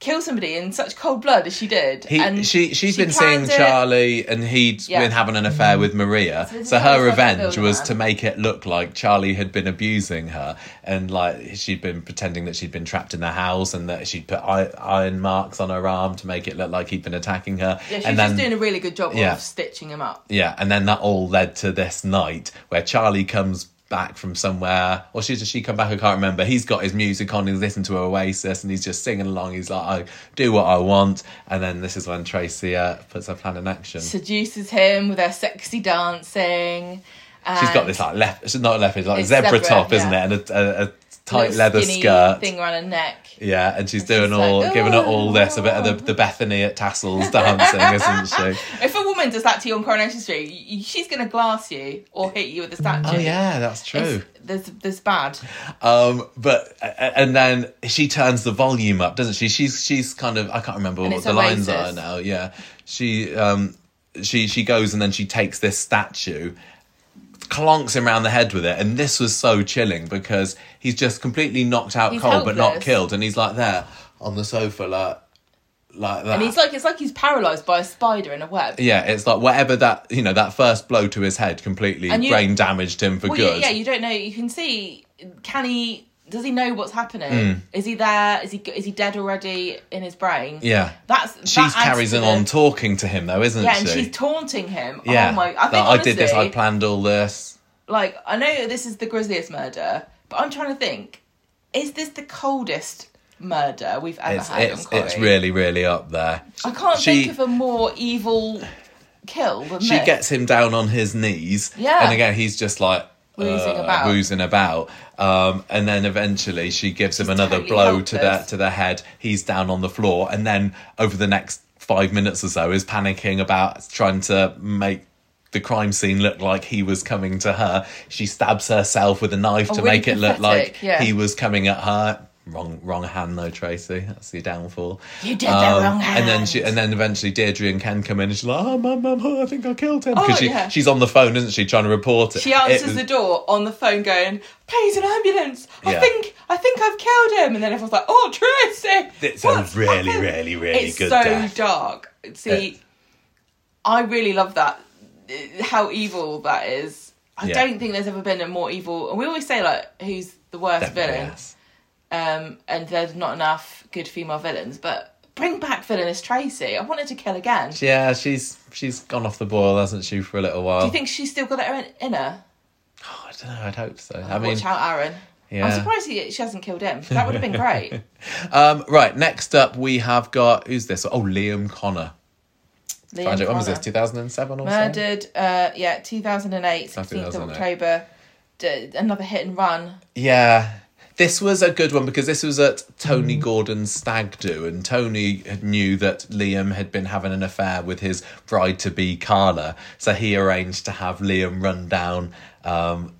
kill somebody in such cold blood as she did. He, she she's she been seeing planned it. Charlie, and he'd Yeah. been having an affair with Maria. this So is how her it's like a revenge builder was man. to make it look like Charlie had been abusing her, and like she'd been pretending that she'd been trapped in the house, and that she'd put i- iron marks on her arm to make it look like he'd been attacking her. Yeah, she's and just then- doing a really good job Yeah. of stitching him up. Yeah, and then that all led to this night where Charlie comes back from somewhere, or she does she come back? I can't remember. He's got his music on, he's listening to Oasis, and he's just singing along. He's like, "I do what I want," and then this is when Tracy uh, puts her plan in action. seduces him with her sexy dancing She's got And- this like left. She's not a leopard. It's like a It's zebra, zebra, top, isn't yeah. it? And a, a, a tight Little leather skinny skirt. thing around her neck. Yeah, and she's doing just all, like, "Oh." giving her all this a bit of the, the Bethany at Tassels dancing, isn't she? If a woman does that to you on Coronation Street, y- y- she's going to glass you or hit you with a statue. Oh yeah, that's true. It's, there's, there's bad. Um, but a- a- and then she turns the volume up, doesn't she? She's she's kind of I can't remember what it's the lines are Oasis. now. Yeah, she um she she goes and then she takes this statue, clonks him around the head with it, and this was so chilling because he's just completely knocked out He's cold but not helpless. killed, and he's like there on the sofa like like that. And he's like, it's like he's paralysed by a spider in a web. yeah, it's like whatever that you know that first blow to his head completely And you- brain damaged him for Well, you- good. yeah, you don't know. You can see. Can he? Does he know what's happening? Hmm. Is he there? Is he is he dead already in his brain? Yeah. that's She's that adds carries to on, the- talking to him though, isn't Yeah, she? and she's taunting him. Yeah. Oh my! I Like, think honestly, did this. I planned all this. like I know this is the grisliest murder, but I'm trying to think: is this the coldest murder we've ever It's had it's, on Corey? it's really really up there. I can't she- think of a more evil kill than She this. gets him down on his knees. Yeah. And again, he's just like. Woozing uh, about. woozing about, um, and then eventually she gives him another totally blow to the helpless. to the head. He's down on the floor, and then over the next five minutes or so, is panicking about trying to make the crime scene look like he was coming to her. She stabs herself with a knife to really make it look pathetic, like yeah. he was coming at her. Wrong, wrong hand though, Tracy. That's the downfall. Um, You did the wrong And then hand. she, and then eventually Deirdre and Ken come in and she's like, oh, mum, mum, oh, I think I killed him. Because Oh, she, yeah. she's on the phone, isn't she, trying to report it. She answers It was- the door on the phone, going, "Please, an ambulance! I Yeah. think, I think I've killed him." And then everyone's like, "Oh, Tracy!" It's a what's really, happened?" really, really it's good so death. dark. See, I really love that. uh, How evil that is. I Yeah. don't think there's ever been a more evil. And we always say like, "Who's the worst Definitely, villain?" yes. Um, and there's not enough good female villains. But bring back villainous Tracy. I wanted to kill again. Yeah, she's she's gone off the boil, hasn't she, for a little while? Do you think she's still got it in- in her? Oh, I don't know. I'd hope so. I mean, Watch out, Aaron. Yeah. I'm surprised he, she hasn't killed him. That would have been great. um, right. Next up, we have got who's this? Oh, Liam Connor. Liam Found it- When was Connor. this? Two thousand and seven or something. Murdered, uh, yeah, 2008, 16th of 2008. October. D- another hit and run. Yeah. This was a good one because this was at Mm. Tony Gordon's stag do, and Tony had- knew that Liam had been having an affair with his bride to be Carla, so he arranged to have Liam run down um,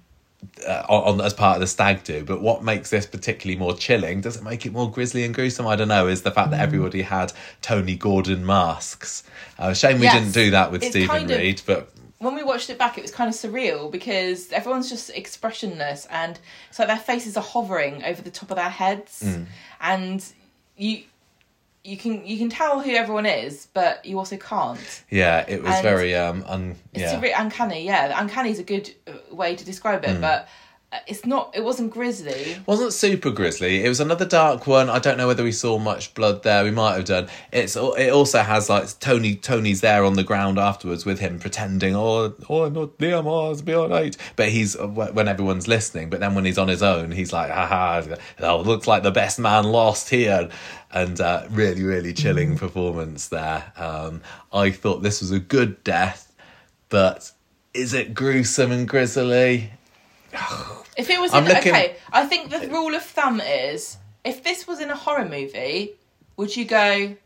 uh, on, on as part of the stag do. But what makes this particularly more chilling, does it make it more grisly and gruesome? I don't know. Is the fact Mm. that everybody had Tony Gordon masks? Uh, shame we Yes. didn't do that with It's Stephen kind of- Reed, but When we watched it back, it was kind of surreal because everyone's just expressionless and it's like their faces are hovering over the top of their heads, Hmm. and you you can you can tell who everyone is, but you also can't. yeah, it was And very um un It's yeah. a bit uncanny, yeah. Uncanny is a good uh, way to describe Hmm. it, but uh, it's not. It wasn't grisly. wasn't super grisly. It was another dark one. I don't know whether we saw much blood there. We might have done. It's al- it also has like Tony. Tony's there on the ground afterwards with him pretending, oh, oh, I'm not Liam. Oh, it's be all right. But he's uh, wh- when everyone's listening. But then when he's on his own, he's like, haha, oh, looks like the best man lost here. And uh, really, really Mm. chilling performance there. Um, I thought this was a good death, but is it gruesome and grisly? If it was I'm in, looking- okay, I think the rule of thumb is if this was in a horror movie, would you go?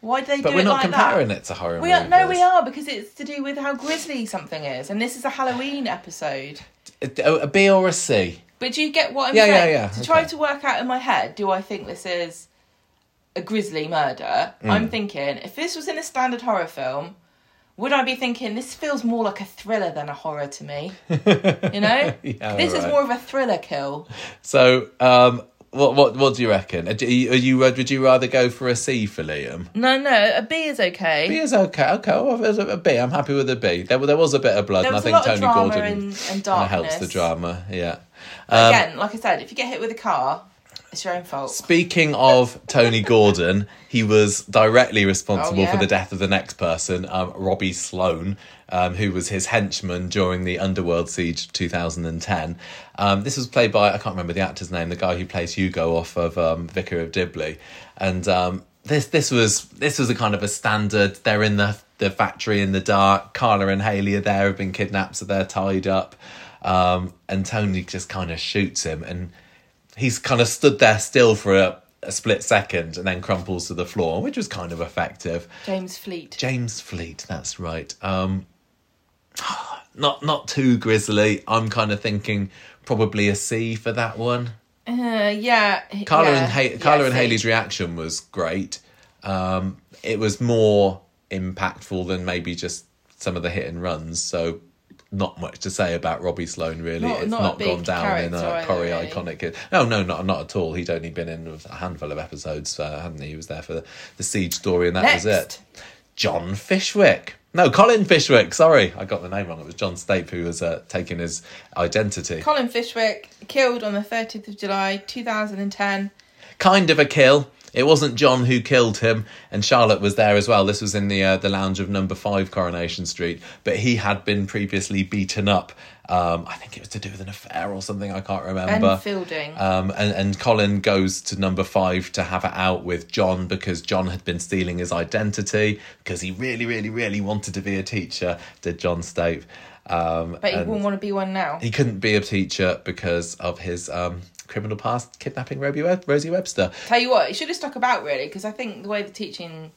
Why do they But do we're it not like comparing that? it to horror We are, movies. no, we are because it's to do with how grisly something is, and this is a Halloween episode. a, a B or a C. But do you get what I'm Yeah, yeah, saying? yeah, To try okay. to work out in my head, do I think this is a grisly murder? Mm. I'm thinking if this was in a standard horror film, would I be thinking this feels more like a thriller than a horror to me? You know, Yeah, this is alright. more of a thriller kill. So, um, what what what do you reckon? Are you, are you uh, would you rather go for a C for Liam? No, no, a B is okay. B is okay. Okay, well, there's a a B. I'm happy with a B. There, there was a bit of blood, there and I was a think lot of Tony drama Gordon and, and kinda darkness. helps the drama. Um, Yeah. Again, like I said, if you get hit with a car, it's your own fault. Speaking of Tony Gordon, he was directly responsible Oh, yeah. for the death of the next person, um, Robbie Sloan, um, who was his henchman during the Underworld Siege of 2010. Um, this was played by, I can't remember the actor's name, the guy who plays Hugo off of um, Vicar of Dibley. And um, this this was this was a kind of a standard, they're in the the factory in the dark. Carla and Haley are there, have been kidnapped, so they're tied up. Um, and Tony just kind of shoots him, and he's kind of stood there still for a, a split second and then crumples to the floor, which was kind of effective. James Fleet. James Fleet, that's right. Um, not not too grisly. I'm kind of thinking probably a C for that one. Uh, yeah. h- Carla yeah, and ha- yeah, Carla and see. Haley's reaction was great. Um, it was more impactful than maybe just some of the hit and runs. So not much to say about Robbie Sloane really. Not- it's not a not gone big down in character a either, Corrie really. iconic. No, no, not not at all. He'd only been in a handful of episodes, uh, hadn't he? He was there for the, the siege story, and that was it. Next. John Fishwick. No, Colin Fishwick. Sorry, I got the name wrong. It was John Stape who was uh, taking his identity. Colin Fishwick killed on the 30th of July 2010. kind of a kill. It wasn't John who killed him, and Charlotte was there as well. This was in the uh, the lounge of Number Five Coronation Street, but he had been previously beaten up. Um, I think it was to do with an affair or something. I can't Ben remember. Fielding. Um, and, and Colin goes to number five to have it out with John because John had been stealing his identity because he really, really, really wanted to be a teacher, did John Stape. Um, but he and- wouldn't want to be one now. he couldn't be a teacher because of his um, criminal past kidnapping Rosie Web- Rosie Webster. Tell you what, he should have stuck about really, because I think the way the teaching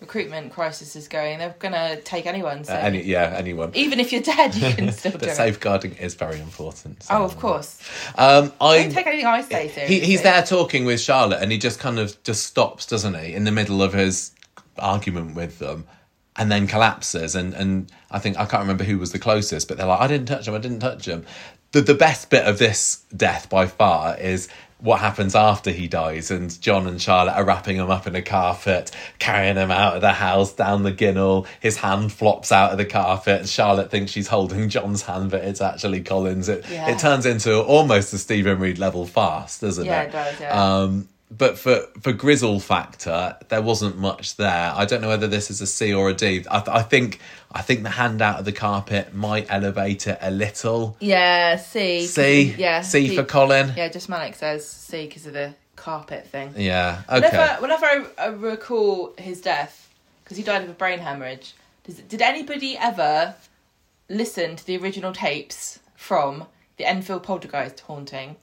recruitment crisis is going, they're going to take anyone. So Uh, any, yeah, anyone. even if you're dead, you can still do But it. safeguarding is very important. so- Oh, of course. Um, I Don't take anything I say he, seriously. he's there talking with Charlotte, and he just kind of just stops, doesn't he, in the middle of his argument with them, and then collapses. And and I think I can't remember who was the closest, but they're like, "I didn't touch him. I didn't touch him." The the best bit of this death by far is what happens after he dies, and John and Charlotte are wrapping him up in a carpet, carrying him out of the house down the ginnel. His hand flops out of the carpet, and Charlotte thinks she's holding John's hand, but it's actually Colin's. It Yeah. it turns into almost a Stephen Reed level fast, doesn't it? Yeah, it does, yeah. Um, but for for grizzle factor, there wasn't much there. I don't know whether this is a C or a D. I, th- I think I think the hand out of the carpet might elevate it a little. Yeah, C. C, Yeah. C, for Colin. Yeah, just Malik says C because of the carpet thing. Yeah, okay. Whenever, whenever I, I recall his death, because he died of a brain hemorrhage, does, did anybody ever listen to the original tapes from the Enfield Poltergeist haunting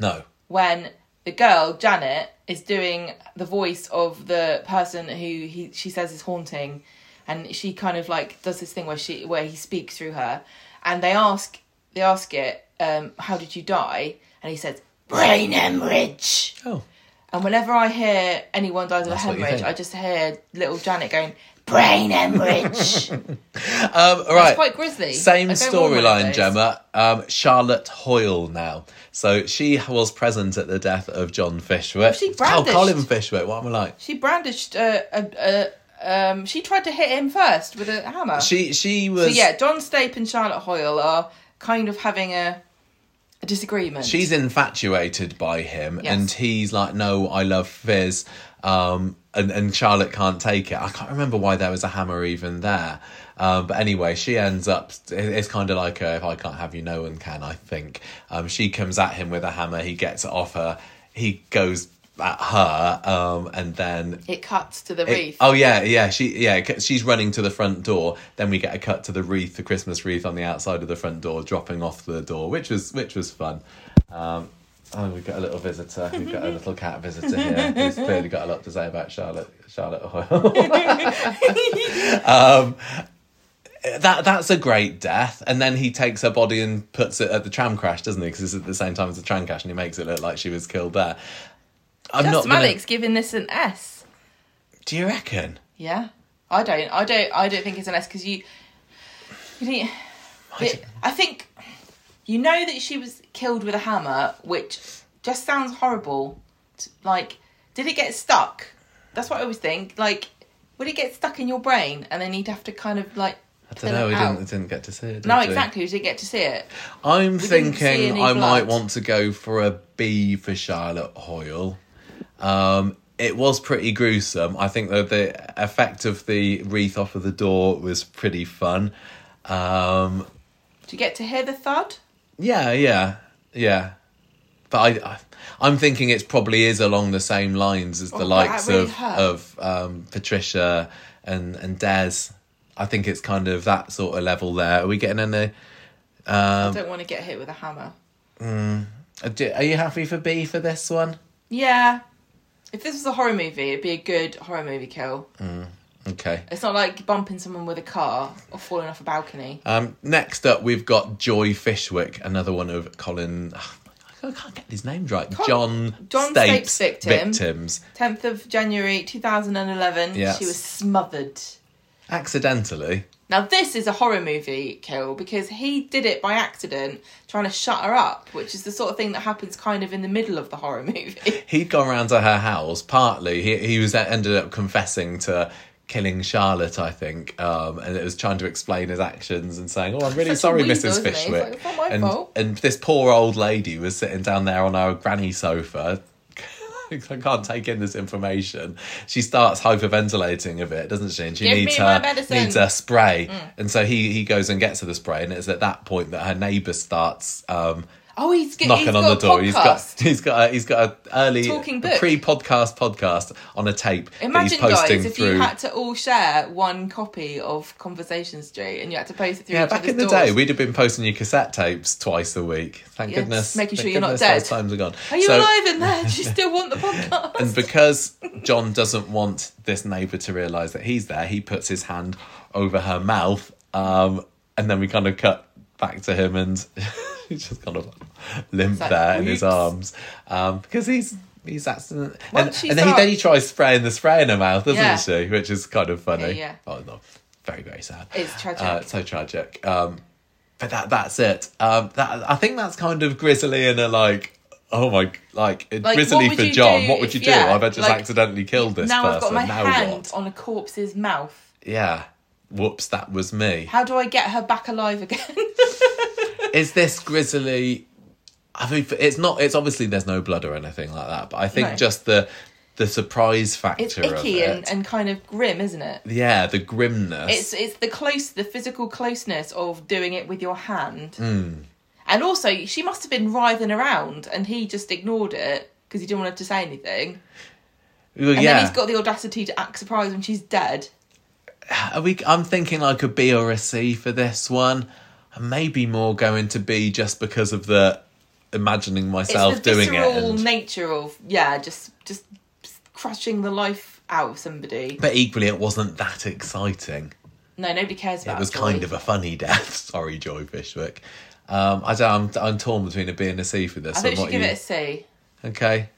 No, when the girl Janet is doing the voice of the person who he she says is haunting, and she kind of like does this thing where she where he speaks through her, and they ask they ask it, um, how did you die? And he says brain hemorrhage. oh, And whenever I hear anyone dies of a That's what you hemorrhage, think. I just hear little Janet going, Brain hemorrhage. um, all right. "It's quite grisly." Same I don't want one of storyline, those. Gemma. Um, Charlotte Hoyle now. So she was present at the death of John Fishwick. she oh, brandished. Colin Fishwick. What am I like? She brandished uh, a, a um. She tried to hit him first with a hammer. She she was. so yeah, John Stape and Charlotte Hoyle are kind of having a, a disagreement. She's infatuated by him, Yes. and he's like, "No, I love Fizz," um, and and Charlotte can't take it. I can't remember why there was a hammer even there, um, but anyway, she ends up. it- It's kind of like a, "If I can't have you, no one can." I think um, she comes at him with a hammer. He gets it off her. He goes at her, um, and then it cuts to the it- wreath. Oh yeah, yeah. She yeah. c- She's running to the front door. Then we get a cut to the wreath, the Christmas wreath on the outside of the front door, dropping off the door, which was which was fun. Um, oh, we've got a little visitor. We've got a little cat visitor here who's clearly got a lot to say about Charlotte. Charlotte Hoyle. um, that that's a great death. And then he takes her body and puts it at the tram crash, doesn't he? Because it's at the same time as the tram crash, and he makes it look like she was killed there. I'm Just not. gonna- Malik's giving this an S. Do you reckon? Yeah, I don't. I don't. I don't think it's an S because you. You didn't. don't- I think you know that she was killed with a hammer, which just sounds horrible. T- Like, did it get stuck? That's what I always think. Like, would it get stuck in your brain, and then you'd have to kind of like. I don't pull know. it We out? didn't, we didn't get to see it. Did No, we? exactly. We didn't get to see it. I'm didn't see thinking any I might blood. want to go for a B for Charlotte Hoyle. Um, it was pretty gruesome. I think that the effect of the wreath off of the door was pretty fun. Um, Did you get to hear the thud? yeah, yeah, yeah. But I, I, I'm thinking it probably is along the same lines as the Oh, that likes really of hurt. of um, Patricia and and Des I think it's kind of that sort of level there. Are we getting any? Um, I don't want to get hit with a hammer. uh, do- are you happy for B for this one? Yeah. If this was a horror movie, it'd be a good horror movie kill. Okay. It's not like bumping someone with a car or falling off a balcony. Um, next up, we've got Joy Fishwick, another one of Colin. ah, I can't get these names right. John, John Stapes, Stapes' victim. victims. 10th of January 2011, Yes. she was smothered. Accidentally. Now, this is a horror movie kill because he did it by accident, trying to shut her up, which is the sort of thing that happens kind of in the middle of the horror movie. He'd gone round to her house, partly. He, he was ended up confessing to killing Charlotte, I think, um, and it was trying to explain his actions and saying, Oh, I'm really Such a sorry, Mrs. weasel, isn't he? He's like, Fishwick. "It's not my and, fault." and this poor old lady was sitting down there on our granny sofa. I can't take in this information. She starts hyperventilating a bit, doesn't she? And she Give needs me my her medicine. Mm. needs her spray. And so he he goes and gets her the spray, and it's at that point that her neighbour starts um, oh, he's, get, knocking he's on got the door. A podcast. He's got he's got a, he's got an early Talking book. pre podcast podcast on a tape Imagine, that he's posting guys, if through. you had to all share one copy of Conversation Street and you had to post it through yeah, each back other's in the doors. day, we'd have been posting your cassette tapes twice a week. Thank Yeah, just goodness, making sure thank you're not goodness dead. Those times are gone. Are you So- alive in there? Do you still want the podcast? And because John doesn't want this neighbour to realise that he's there, he puts his hand over her mouth, um, and then we kind of cut back to him, and he's just kind of limp like, there in his "Oops." arms um, because he's he's accident. And, Once she and then, he, then starts- he tries spraying the spray in her mouth, doesn't Yeah. she? Which is kind of funny. yeah. Oh no, very very sad. It's tragic. Uh, so tragic. Um, but that that's it. Um, that I think that's kind of grisly in a like. Oh my! Like, it Like, grisly what would for you John. do what would if- you do? yeah, I've just like, accidentally killed this now person. I've got my now hand what? on a corpse's mouth. Yeah. Whoops, that was me. How do I get her back alive again? Is this grisly? I mean, it's not. It's obviously there's no blood or anything like that. But I think No. just the the surprise factor it's of icky it. and, and kind of grim, isn't it? yeah, the grimness. It's it's the close the physical closeness of doing it with your hand. Hmm. And also she must have been writhing around and he just ignored it because he didn't want her to say anything. Well, And yeah. then he's got the audacity to act surprised when she's dead. Are we? I'm thinking like a B or a C for this one. And Maybe more going to B just because of the imagining It's myself the doing it. visceral and- nature of yeah, just just crushing the life out of somebody. but equally, it wasn't that exciting. No, nobody cares about It was kind of a funny death. Sorry, Joy Fishwick. Um, I don't, I'm, I'm torn between a B and a C for this. I think you one. should What give you- it a C. okay.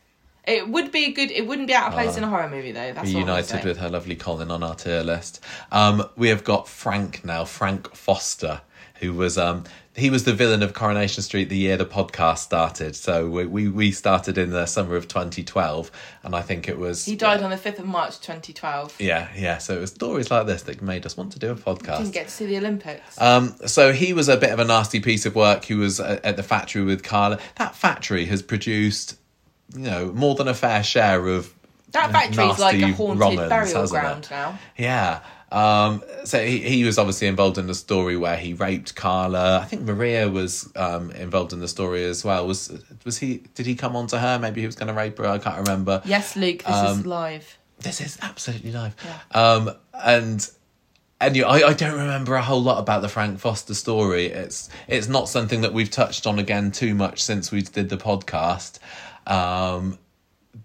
It would be a good. It wouldn't be out of place Ah. in a horror movie though. That's what I'm Reunited saying. with her lovely Colin on our tier list. Um, we have got Frank now, Frank Foster, who was um, he was the villain of Coronation Street the year the podcast started. So we we, we started in the summer of 2012, and I think it was He died on the fifth of March, 2012. Yeah, yeah. So it was stories like this that made us want to do a podcast. Didn't get to see the Olympics. Um, so he was a bit of a nasty piece of work. He was uh, at the factory with Carla. That factory has produced, you know, more than a fair share of that factory's like a nasty haunted wrong-uns, burial hasn't it? ground now. Yeah. Um, so he, he was obviously involved in the story where he raped Carla. I think Maria was um, involved in the story as well. Was was he? Did he come on to her? Maybe he was going to rape her. I can't remember. Yes, Luke, this um, is live. This is absolutely live. Um, and and you, I, I don't remember a whole lot about the Frank Foster story. It's it's not something that we've touched on again too much since we did the podcast. Um,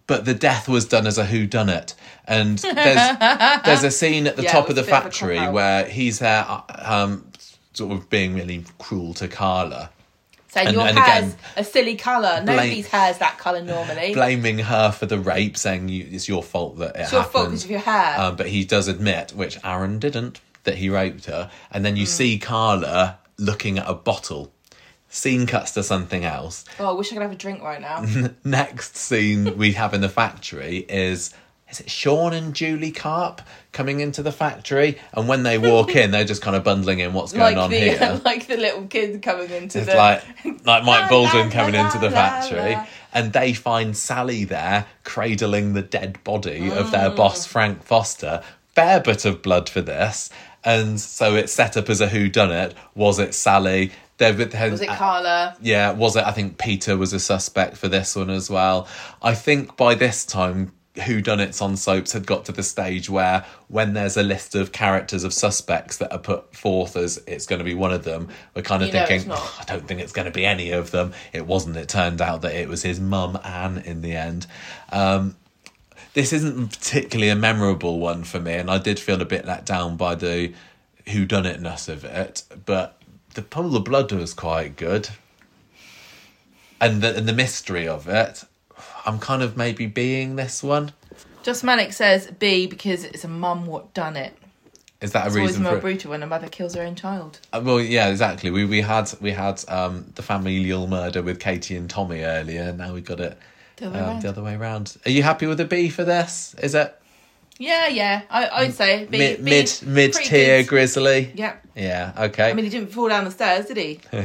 but the death was done as a who done it, and there's there's a scene at the Yeah, top it of was the a bit of a factory cop-out. where he's there, uh, um, sort of being really cruel to Carla. So And- your and hair's again, a silly colour. Nobody's hair's that colour normally. blaming her for the rape, saying you, it's your fault that it it's your happened. fault because of your hair. Um, but he does admit, which Aaron didn't, that he raped her. And then you see Carla looking at a bottle. Scene cuts to something else. oh, I wish I could have a drink right now. Next scene we have in the factory is. Is it Sean and Julie Carp coming into the factory? And when they walk in, they're just kind of bundling in what's going like on the here. like the little kid coming into It's the like like Mike Baldwin coming into the la, la, factory, la. and they find Sally there cradling the dead body of Mm. their boss Frank Foster. Fair bit of blood for this, and so it's set up as a who done it. Was it Sally? There, was it uh, Carla? yeah, was it? I think Peter was a suspect for this one as well. I think by this time, whodunits on soaps had got to the stage where when there's a list of characters of suspects that are put forth as it's going to be one of them, we're kind of You know it's thinking, not. "Oh, I don't think it's going to be any of them. It wasn't. It turned out that it was his mum, Anne, in the end. Um, this isn't particularly a memorable one for me, and I did feel a bit let down by the whodunitness of it, but the puddle of blood was quite good. And the, and the mystery of it, I'm kind of maybe being this one. Just Manic says B because it's a mum what done it. Is that a It's always reason for more it? brutal when a mother kills her own child. Uh, Well, yeah, exactly. We we had we had um, the familial murder with Katie and Tommy earlier. Now we got it The other way um, round. the other way around. Are you happy with a B for this? Is it Yeah, yeah. I, I'd say B, mid B, mid pretty mid tier good. grizzly? Yeah. Yeah. Okay. I mean, he didn't fall down the stairs, did he? um,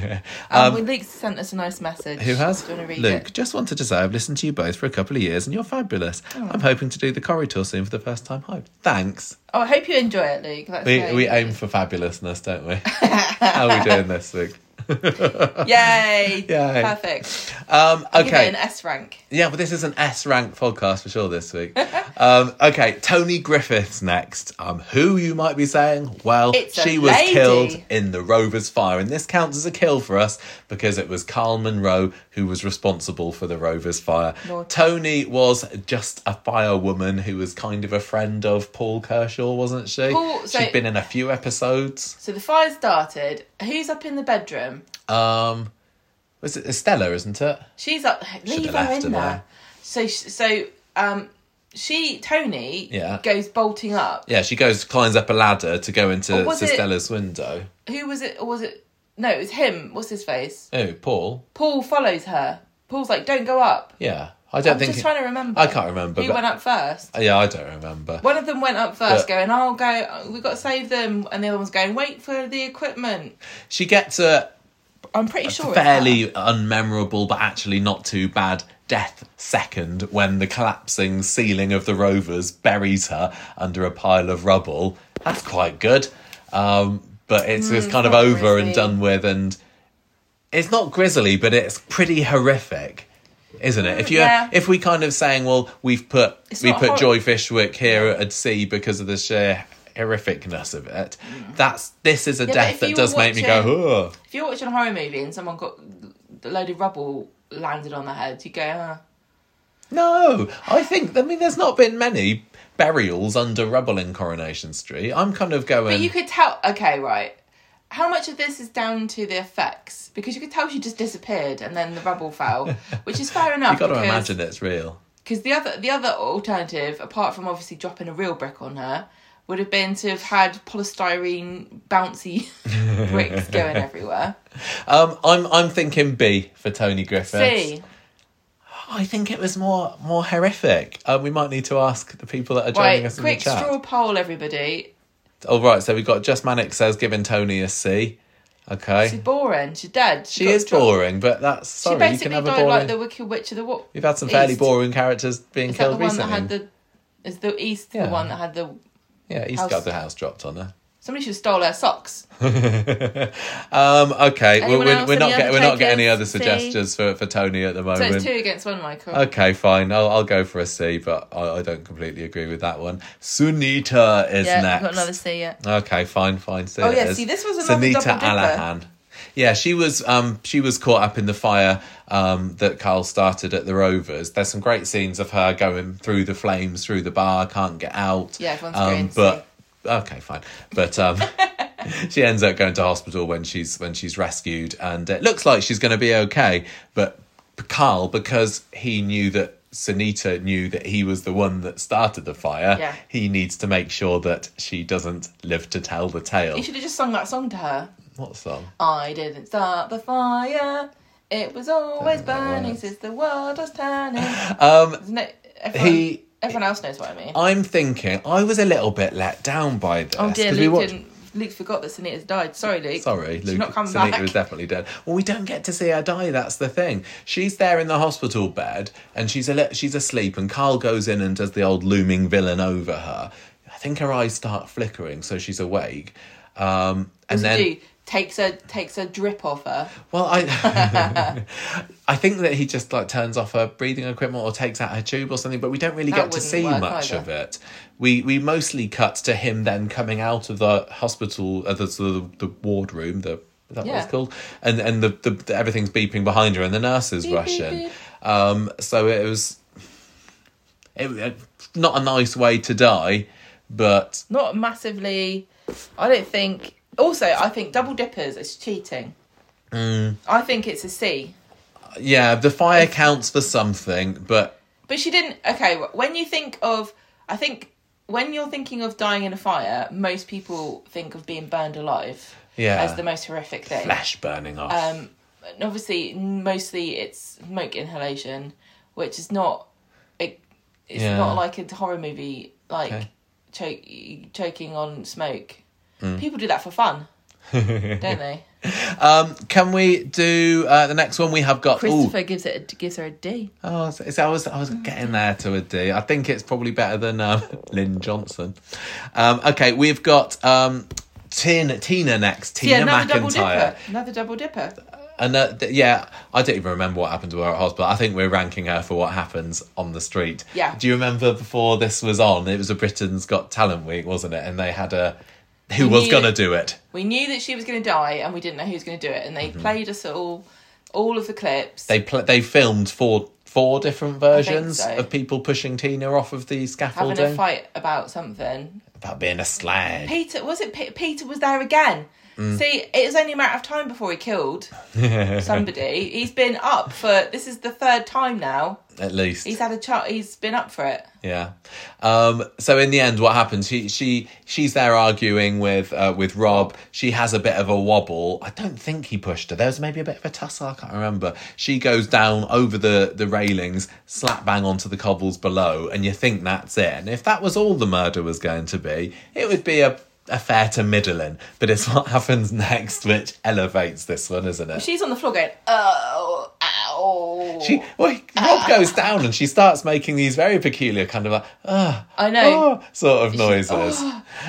well, Luke sent us a nice message. Who has? Do you want to read Luke. it? Just wanted to say I've listened to you both for a couple of years and you're fabulous. I'm hoping to do the corridor soon for the first time home. Thanks. Oh, I hope you enjoy it, Luke. That's We, great. we aim for fabulousness, don't we? How are we doing this week? Yay! Yay. Perfect. Um, Give it okay. an S rank. Yeah, but this is an S rank podcast for sure this week. um, okay, Tony Griffiths next. Um, who you might be saying? Well, It's a she was lady. killed in the Rover's fire, and this counts as a kill for us because it was Carl Monroe who was responsible for the Rover's fire. Lord. Tony was just a firewoman who was kind of a friend of Paul Kershaw, wasn't she? Paul- so- She'd been in a few episodes. So the fire started. Who's up in the bedroom? Um, was it Estella? Isn't it? She's up. Leave her left in her there. there. So so um, she Tony Yeah. goes bolting up. Yeah, she goes climbs up a ladder to go into Or Oh, was to it- Stella's window. Who was it? Or was it? No, it was him. What's his face? Oh, Paul. Paul follows her. Paul's like, "Don't go up." Yeah, I don't I'm think. just trying to remember. I can't remember. Who but- went up first? Yeah, I don't remember. One of them went up first, But- going, "I'll go. We've got to save them," and the other one's going, "Wait for the equipment." She gets a I'm pretty sure. it's fairly unmemorable, but actually not too bad death second when the collapsing ceiling of the Rovers buries her under a pile of rubble. That's quite good. Um, but it's, it's kind of Mm, not over grisly. and done with, and it's not grisly, but it's pretty horrific. Isn't it? If you Mm, yeah. if we kind of saying, well, we've put It's we not put hor- Joy Fishwick here at sea because of the sheer horrificness of it. That's this is a death Mm. if that you does were make me go. Ugh. If you're watching a horror movie and someone got a load of rubble landed on their head, you go, "Ah." No, I think I mean there's not been many burials under rubble in Coronation Street. I'm kind of going. But you could tell. Okay, right. How much of this is down to the effects? Because you could tell she just disappeared and then the rubble fell, which is fair enough. you got to because- imagine it's real. Because the other the other alternative, apart from obviously dropping a real brick on her, would have been to have had polystyrene bouncy bricks going everywhere. Um, I'm I'm thinking B for Tony Griffiths. See, I think it was more more horrific. Um, we might need to ask the people that are joining right, us in quick the chat. straw poll, everybody. All right, so we've got Just Manic says giving Tony a C. Okay, She's boring. She's dead. she got is dropped. boring, but that's She sorry. You can basically have a died boring. like the Wicked Witch of the Wa- We've had some fairly East. boring characters being Is that killed the one recently. that had the? Is the East Yeah. the one that had the? yeah, he's house- got the house dropped on her. Somebody should have stole her socks. Um, okay, we're, Anyone we're, else? we're not Any other getting we're not getting any takers? other C? suggestions for, for Tony at the So moment. it's two against one, Michael. okay, fine. I'll, I'll go for a C, but I, I don't completely agree with that one. Sunita is yeah, next. I've got another C yet. Okay, fine, fine. So Oh, it yeah, is. see, this was another double dipper. Yeah, she was um she was caught up in the fire um that Carl started at the Rovers. There's some great scenes of her going through the flames through the bar, can't get out. Yeah, everyone's um, going to but okay, fine. But um she ends up going to hospital when she's when she's rescued and it looks like she's going to be okay, but Carl because he knew that Sunita knew that he was the one that started the fire. Yeah. He needs to make sure that she doesn't live to tell the tale. You should have just sung that song to her. What song? I didn't start the fire. It was always Don't know that burning works. since the world was turning. Um, Isn't it- everyone, he- Oh, everyone else knows what I mean. I'm thinking I was a little bit let down by this. oh dear, 'cause we Luke, watched- didn't, Luke forgot that Sunita's died. Sorry, Luke. Sorry, She's Luke. not coming Sunita back. is definitely dead. Well, we don't get to see her die. That's the thing. She's there in the hospital bed, and she's a li- she's asleep. And Carl goes in and does the old looming villain over her. I think her eyes start flickering, so she's awake. Um, and What does then he do? Takes a takes a drip off her. Well, I I think that he just like turns off her breathing equipment or takes out her tube or something, but we don't really get That to wouldn't see work much either. of it. We we mostly cut to him then coming out of the hospital, uh, the, the the ward room, the is that what Yeah. it's called, and and the, the, the everything's beeping behind her, and the nurses Beep, beep, rush in. beep. Um, so it was it, it- uh, not a nice way to die, but Not massively. I don't think. Also, I think double dippers is cheating. Mm. I think it's a C. yeah, the fire counts for something, but But she didn't. Okay, when you think of, I think when you're thinking of dying in a fire, most people think of being burned alive yeah, as the most horrific thing. flesh burning off. Um, and obviously, mostly it's smoke inhalation, which is not. It, it's Yeah. not like a horror movie, like Okay. choke, choking on smoke. Mm. People do that for fun, don't they? Um, can we do uh, the next one? We have got. Ooh, Christopher gives it a, gives her a D. oh, it's, it's- I was I was getting there to a D. I think it's probably better than um, Lynn Johnson. Um, okay, we've got um, Tin Tina next. Yeah, Tina another double McIntyre. dipper. Another double dipper. And uh, th- yeah, I don't even remember what happened to her at hospital. I think we're ranking her for what happens on the street. Yeah. Do you remember before this was on? It was a Britain's Got Talent week, wasn't it? And they had a who was knew- gonna do it. We knew that she was going to die, and we didn't know who was going to do it. And they played us all, all of the clips. Mm-hmm. they pl- they filmed four four different versions so. of people pushing Tina off of the having scaffolding a fight about something. about being a slag. Peter was it? Pe- Peter was there again. Mm. See, it was only a matter of time before he killed somebody. He's been up for this is the third time now. at least, He's had a chart. He's been up for it. yeah. Um, so in the end, what happens? She she she's there arguing with uh, with Rob. She has a bit of a wobble. I don't think he pushed her. There was maybe a bit of a tussle. I can't remember. She goes down over the the railings, slap bang onto the cobbles below, and you think that's it. And if that was all the murder was going to be, it would be a a fair to middling, but it's what happens next which elevates this one, isn't it? She's on the floor going, oh, ow. She, well, he- Rob goes down and she starts making these very peculiar kind of like, ah, I know. ah sort of noises.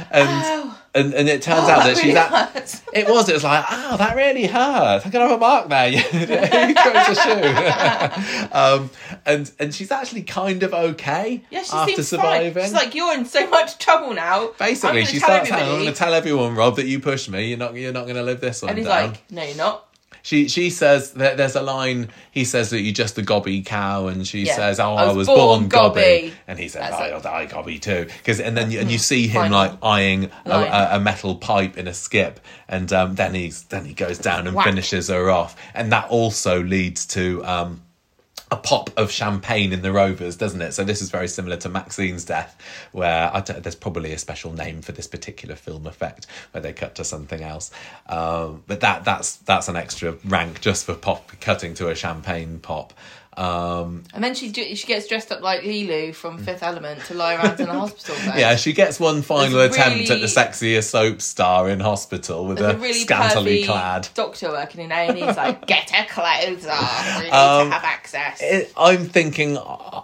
and, and and it turns out that, that she's "Oh, really at, hurts. it was, it was like, ah, that really hurt. I'm going to have a mark there. you throws a shoe. um, and, and she's actually kind of okay Yeah, she after seems surviving. fine. She's like, you're in so much trouble now. I'm Basically, gonna she tell starts out, I'm everybody." going to tell everyone, Rob, that you pushed me. You're not, you're not going to live this one And he's down. like, no, you're not. She she says that there's a line. He says that you're just a gobby cow, and she Yeah. says, "Oh, I was, born, gobby," gobby. and he says, "Oh, That's it. Mm-hmm. "I'll die gobby too." Because and then you, and you see him final like eyeing uh, a, line. a, a metal pipe in a skip, and um, then he's then he goes down and Whack. finishes her off, and that also leads to. Um, a pop of champagne in the Rovers, doesn't it? So this is very similar to Maxine's death, where I don't, there's probably a special name for this particular film effect where they cut to something else. Um, but that that's that's an extra rank just for pop cutting to a champagne pop. Um, And then she d- she gets dressed up like Lulu from Fifth Element to lie around in a hospital bed. Hmm. yeah, she gets one final There's attempt at the really- sexiest soap star in hospital with There's a, a really scantily pervy clad. doctor working in A and he's like, get her clothes off. We need Um, to have access. It, I'm thinking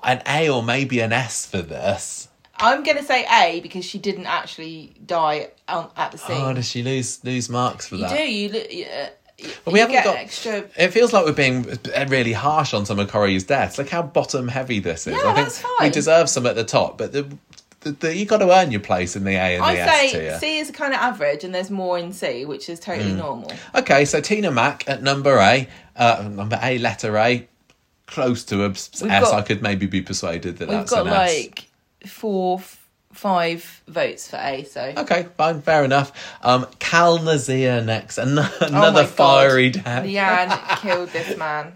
an A or maybe an S for this. I'm gonna say A because she didn't actually die on, at the scene. Oh, does she lose lose marks for you that? do. You, li- you, uh, But you we haven't get got extra. It feels like we're being really harsh on some of Corey's deaths. Look how bottom heavy this is. Yeah, I think that's we fine. deserve some at the top, but the, the, the, you got to earn your place in the A and I the S say tier. C is kind of average, and there's more in C, which is totally Hmm. normal. Okay, so Tina Mac at number A, uh, number A letter A, close to a s- S. We've I got- could maybe be persuaded that We've that's got an S. like four, f- five votes for A, so Okay, fine, fair enough. Um, Cal Nazir next, an- another God. fiery death. Leanne killed this man.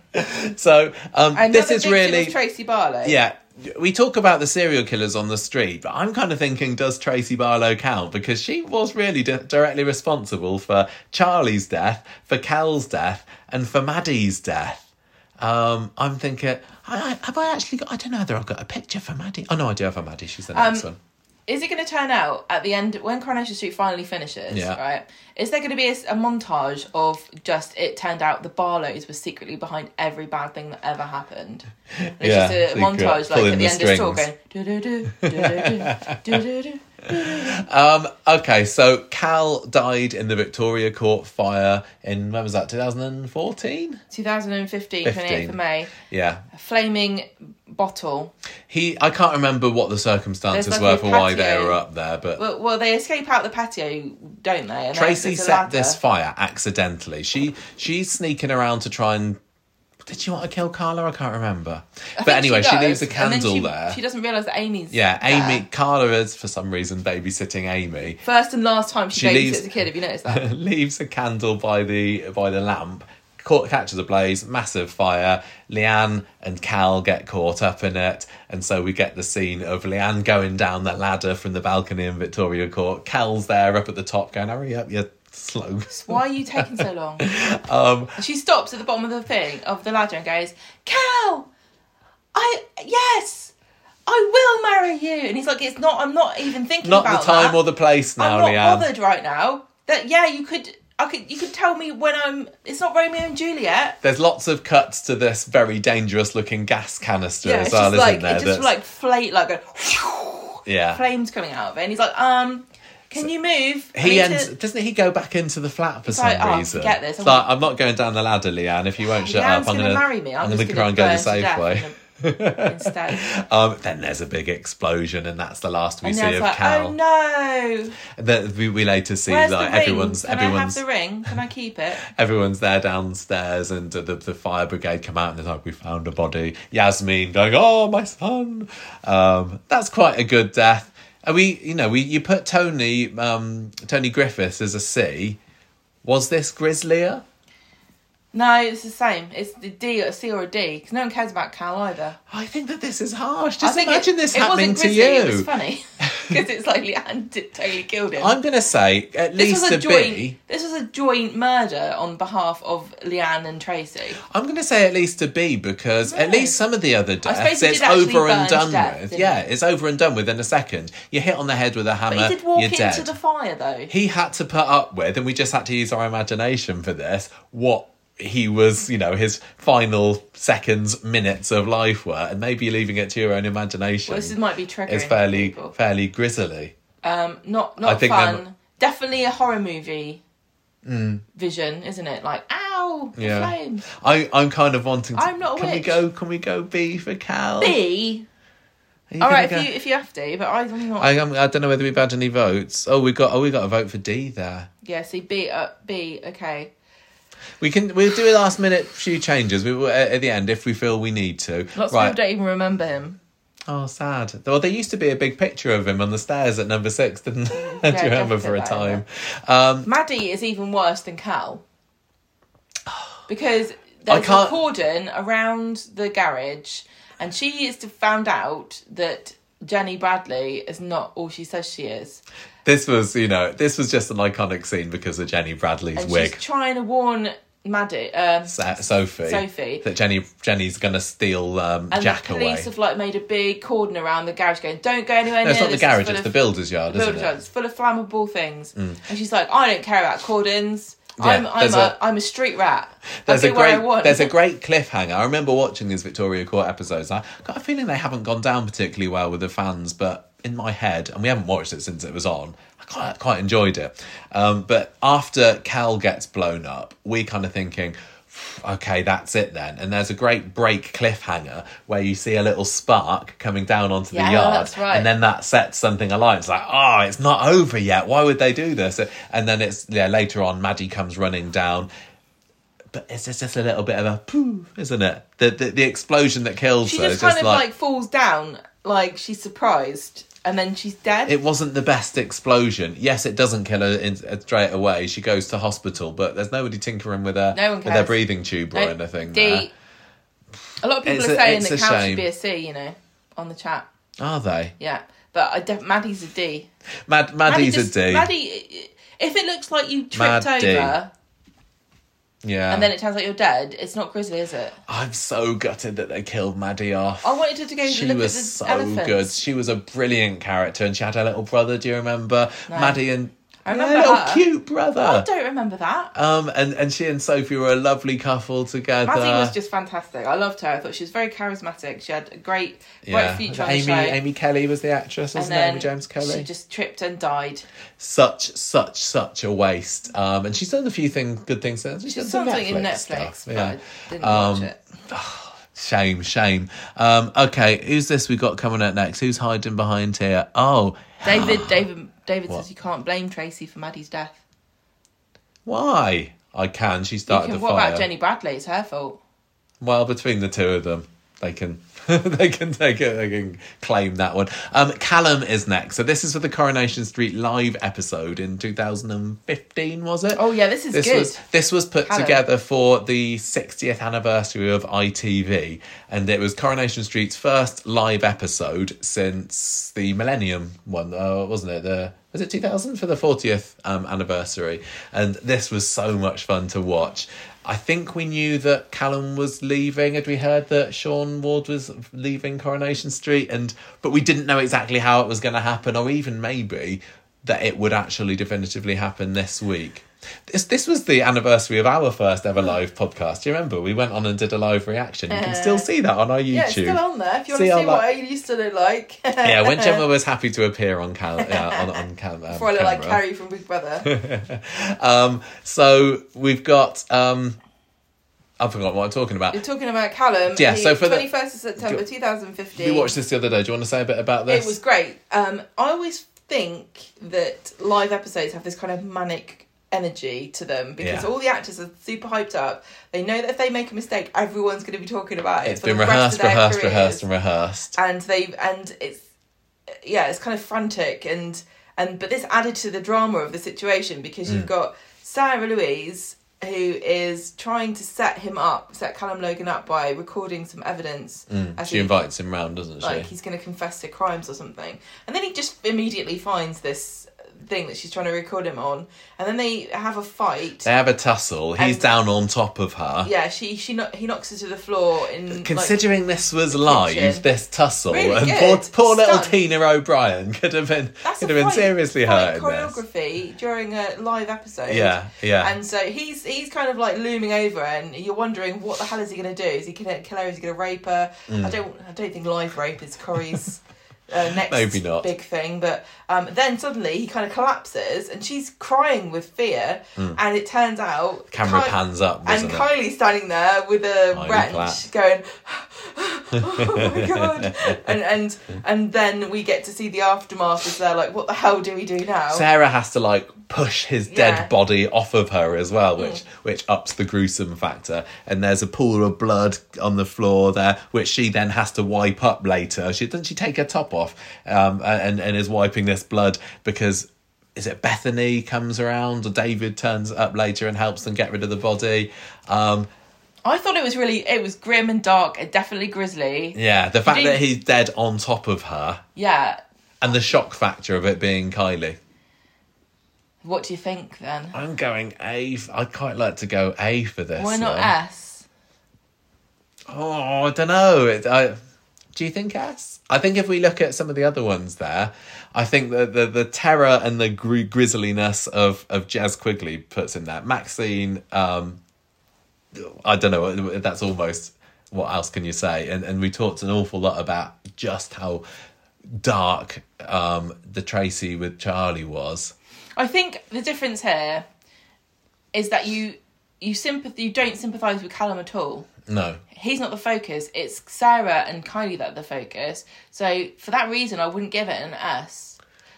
So um, Another this is victim really was Tracy Barlow. Yeah. We talk about the serial killers on the street, but I'm kind of thinking, does Tracy Barlow count? Because she was really di- directly responsible for Charlie's death, for Cal's death, and for Maddie's death. Um, I'm thinking, I, I- have I actually got? I don't know whether I've got a picture for Maddie. Oh no, I do have a Maddie. She's the Um, next one. Is it going to turn out at the end when Coronation Street finally finishes? Yeah. Right. Is there going to be a, s- a montage of just it turned out the Barlows were secretly behind every bad thing that ever happened? And it's Yeah, just a secret, montage like pulling at the, the end of Saw strings. going do do do do do do do Um, okay, so Cal died in the Victoria Court fire in when was that? 2014. 2015, 28th of 15. May. Yeah, A flaming bottle. he. I can't remember what the circumstances There's like were a for why they patio. were up there, but Well, well, they escape out the patio, don't they? And Tracy there's a set ladder. this fire accidentally. She she's sneaking around to try and. Did she want to kill Carla? I can't remember. I but think anyway, she, does, leaves a and then candle she- there. She doesn't realise that Amy's. yeah, Amy. there. Carla is for some reason babysitting Amy. First and last time she, She babysits leaves- a kid. Have you noticed that? leaves a candle by the by the lamp, caught, catches a blaze, massive fire. Leanne and Cal get caught up in it, and so we get the scene of Leanne going down that ladder from the balcony in Victoria Court. Cal's there up at the top, going, "Hurry up, you're slow." Why are you taking so long? Um, And she stops at the bottom of the thing of the ladder and goes, "Cal, I yes, I will marry you." And he's like, "It's not. I'm not even thinking not about the time that. or the place now, I'm not Leanne. bothered right now. That yeah, you could. I could. You could tell me when I'm. It's not Romeo and Juliet. There's lots of cuts to this very dangerous-looking gas canister Yeah, as it's well, just isn't like there? it just That's- like flate like a Yeah. flames coming out of it. And he's like, um, can you move? I he need ends, to- doesn't he go back into the flat for some like, oh, reason? forget this. It's like, I'm not going down the ladder, Leanne. uh, If you won't shut Leanne's up, I'm going gonna to marry me. I'm going to just try gonna and go the burn to safe death way. instead. Um, then there's a big explosion, and that's the last we And see I of was like, Cal. oh no, And then we, we later see where's like the ring? everyone's Can everyone's I have the ring? Can I keep it? everyone's there downstairs, and the, the fire brigade come out, and they're like, "We found a body." Yasmin going, "Oh, my son." Um, that's quite a good death. And we, you know, we you put Tony um, Tony Griffiths as a C. Was this grislier? No, it's the same. It's the D or a C or a D because no one cares about Cal either. I think that this is harsh. I Just think imagine it- this it happening wasn't to grisly, It was you. funny because it's like Leanne did, totally killed him. I'm going to say at least this was a a joint. B. This was a joint murder on behalf of Leanne and Tracy. I'm going to say at least a B because at Really? least some of the other suppose deaths he it's did actually over burn and to done death, with. didn't Yeah, he? it's over and done with in a second. You hit on the head with a hammer. But he did walk you're into dead. the fire though. he had to put up with, and we just had to use our imagination for this, what he was, you know, his final seconds, minutes of life were, and maybe leaving it to your own imagination Well, this is, might be triggering. is for fairly, people. fairly grisly. um, not not I think fun. then- Hmm. Definitely a horror movie vision, isn't it? Like, ow, the Yeah. flames. I, I'm kind of wanting to. I'm not a can we witch. go? Can we go B for Cal? B. Are you All right, gonna if you go- if you have to, but I'm not. I, um, I don't know whether we've had any votes. Oh, we got. Oh, we got a vote for D there. yeah, see B uh, B. Okay. We can. We'll do a last minute few changes. We will at, at the end if we feel we need to. Lots of people don't even remember him. Oh, sad. Well, there used to be a big picture of him on the stairs at number six, didn't there? Yeah, do you remember definitely for a that, time? Um, Maddie is even worse than Cal because there's a can't- cordon around the garage, and she is to found out that Jenny Bradley is not all she says she is. this was, you know, this was just an iconic scene because of Jenny Bradley's And wig. she's trying to warn Maddie. Um, Sa- Sophie. Sophie. That Jenny Jenny's gonna steal um, and Jack the police away. have like made a big cordon around the garage, going, "Don't go anywhere No, near." it's not the this, garage. full It's of- the builder's yard, the isn't builder's it? Mm. yard, It's full of flammable things, and she's like, "I don't care about cordons. I'm I'm there's a, a- I'm a street rat. There's I a do what I great want." there's a great cliffhanger. I remember watching these Victoria Court episodes. I got a feeling they haven't gone down particularly well with the fans, but in my head, and we haven't watched it since it was on. I quite quite enjoyed it. Um, but after Cal gets blown up, we kind of thinking. Okay, that's it then. And there's a great break cliffhanger where you see a little spark coming down onto Yeah, the yard, that's right. and then that sets something alight. It's like, oh, it's not over yet. Why would they do this? And then it's yeah later on. Maddie comes running down, but it's just, just a little bit of a poo, isn't it? The the, the explosion that kills she her. just is kind of like... falls down, like she's surprised, and then she's dead. it wasn't the best explosion. Yes, it doesn't kill her in, uh, straight away. She goes to hospital, but there's nobody tinkering with her No one with her cares. breathing tube or No, anything. D. there. A lot of people It's are a- saying it's that a Cal shame. should be a C, you know, on the chat. Are they? Yeah, but I def- Maddie's a D. Mad Maddie's just- a D. Maddie, if it looks like you tripped Mad D. over yeah. and then it turns out you're dead, it's not grisly, is it? I'm so gutted that they killed Maddie off. I wanted her to go she look was Oh, at so the elephants. good. She was a brilliant character, and she had her little brother. Do you remember Maddie and I Yeah, remember little her. cute brother. I don't remember that. Um, and, and she and Sophie were a lovely couple together. Mazzy was just fantastic. I loved her. I thought she was very charismatic. She had a great, Yeah. bright future on the Amy, show. Amy Kelly was the actress, and wasn't it? then Amy James Kelly. she just tripped and died. Such, such, such a waste. Um, and she's done a few things, good things. She's, She done did some something in Netflix, stuff, but yeah. I didn't Um, watch it. Shame, shame. Um, okay, who's this we got coming out next? Who's hiding behind here? Oh, David, David, David says you can't blame Tracy for Maddie's death. why? I can. She You started can, the what fire. about Jenny Bradley? It's her fault. Well, between the two of them, they can they can take it. They can claim that one. Um, Callum is next. So this is for the Coronation Street live episode in 2015, was it? Oh, yeah, this is this good. Was, this was put Callum. together for the 60th anniversary of ITV, and it was Coronation Street's first live episode since the Millennium one, uh, wasn't it? The was it 2000 for the 40th um, anniversary, and this was so much fun to watch. I think we knew that Callum was leaving. Had we heard that Sean Ward was leaving Coronation Street? And but we didn't know exactly how it was going to happen, or even maybe that it would actually definitively happen this week. This this was the anniversary of our first ever live podcast. Do you remember? We went on and did a live reaction. You can still see that on our YouTube. Uh, Yeah, it's still on there. If you want See to our see what I li- used to look like. yeah, when Gemma was happy to appear on cal- yeah, on, on cal- um, Before I look like camera. Carrie from Big Brother. Um, so we've got. Um, I forgot what I'm talking about. You're talking about Callum. Yeah, the so for the- 21st of September 2015. We watched this the other day. Do you want to say a bit about this? It was great. Um, I always think that live episodes have this kind of manic energy to them because Yeah. all the actors are super hyped up. They know that if they make a mistake, everyone's going to be talking about it. It's for been the rest rehearsed, of their rehearsed, careers. rehearsed, and rehearsed. and they and it's yeah it's kind of frantic and and but this added to the drama of the situation because Mm. you've got sarah louise who is trying to set him up set callum logan up by recording some evidence as Mm. She he- invites him round, doesn't she? like he's going to confess to crimes or something and then he just immediately finds this thing that she's trying to record him on and then they have a fight they have a tussle. He's And- down on top of her. yeah she she kno- he knocks her to the floor in like, Considering this was live, kitchen. this tussle, Really and good. poor, poor little Stunned. Tina O'Brien could have been That's could a have been fight- seriously fight hurt. in this. choreography during a live episode. Yeah, yeah. And so he's he's kind of like looming over, and you're wondering what the hell is he going to do? Is he going to kill her? Is he going to rape her? Mm. I don't I don't think live rape is Corey's. Uh, next Maybe not. big thing, but um, then suddenly he kind of collapses and she's crying with fear. And it turns out Mm. Camera Ky- pans up, and doesn't it? Kylie's standing there with a Kylie wrench, Platt. going, "Oh my god!" and and and then we get to see the aftermath. As they're like, "What the hell do we do now?" Sarah has to like push his dead Yeah. Mm. body off of her as well, which which ups the gruesome factor. And there's a pool of blood on the floor there, which she then has to wipe up later. She doesn't she take her top off um, and and is wiping this blood because. Is it Bethany comes around or David turns up later and helps them get rid of the body? Um, I thought it was really, it was grim and dark, and definitely grisly. Yeah. yeah, the fact do- that he's dead on top of her and the shock factor of it being Kylie. What do you think then? I'm going A. f- I'd quite like to go A for this. Why not one. S? Oh, I don't know. It, I, do you think S? I think if we look at some of the other ones there, I think the the, the terror and the gri- grisliness of of Jazz Quigley puts in that. Maxine, um, I don't know. That's almost what else can you say? And and we talked an awful lot about just how dark um, the Tracy with Charlie was. I think the difference here is that you you sympath you don't sympathise with Callum at all. No, he's not the focus. It's Sarah and Kylie that are the focus. So for that reason, I wouldn't give it an S,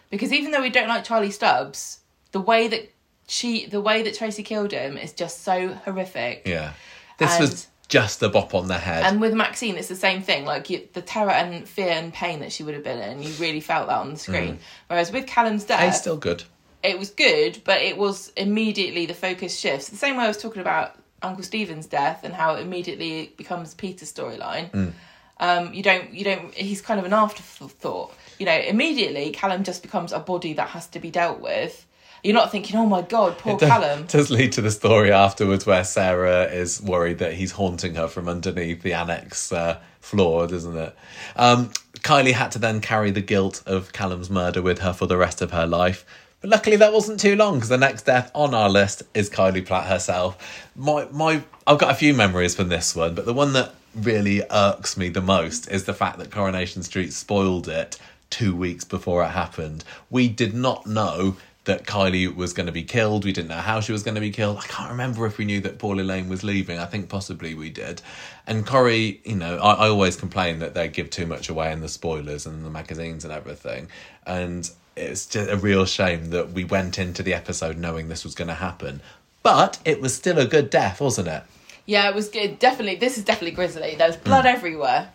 because even though we don't like Charlie Stubbs, the way that she, the way that Tracy killed him, is just so horrific. yeah, this And- was just a bop on the head. And with Maxine, it's the same thing. Like you, the terror and fear and pain that she would have been in, you really felt that on the screen. Whereas with Callum's A death, still good. it was good, but it was immediately the focus shifts. The same way I was talking about Uncle Stephen's death and how it immediately becomes Peter's storyline. Mm. Um, you don't, you don't. He's kind of an afterthought. You know, immediately Callum just becomes a body that has to be dealt with. You're not thinking, oh my god, poor Does- Callum. Does lead to the story afterwards where Sarah is worried that he's haunting her from underneath the annex uh, floor, doesn't it? Um, Kylie had to then carry the guilt of Callum's murder with her for the rest of her life. But luckily, that wasn't too long because the next death on our list is Kylie Platt herself. My my, I've got a few memories from this one, but the one that really irks me the most is the fact that Coronation Street spoiled it two weeks before it happened. We did not know that Kylie was going to be killed. We didn't know how she was going to be killed. I can't remember if we knew that Paula Lane was leaving. I think possibly we did. And Corrie, you know, I, I always complain that they give too much away in the spoilers and the magazines and everything. And it's just a real shame that we went into the episode knowing this was going to happen. But it was still a good death, wasn't it? Yeah, it was good. Definitely, this is definitely grisly. There was blood everywhere.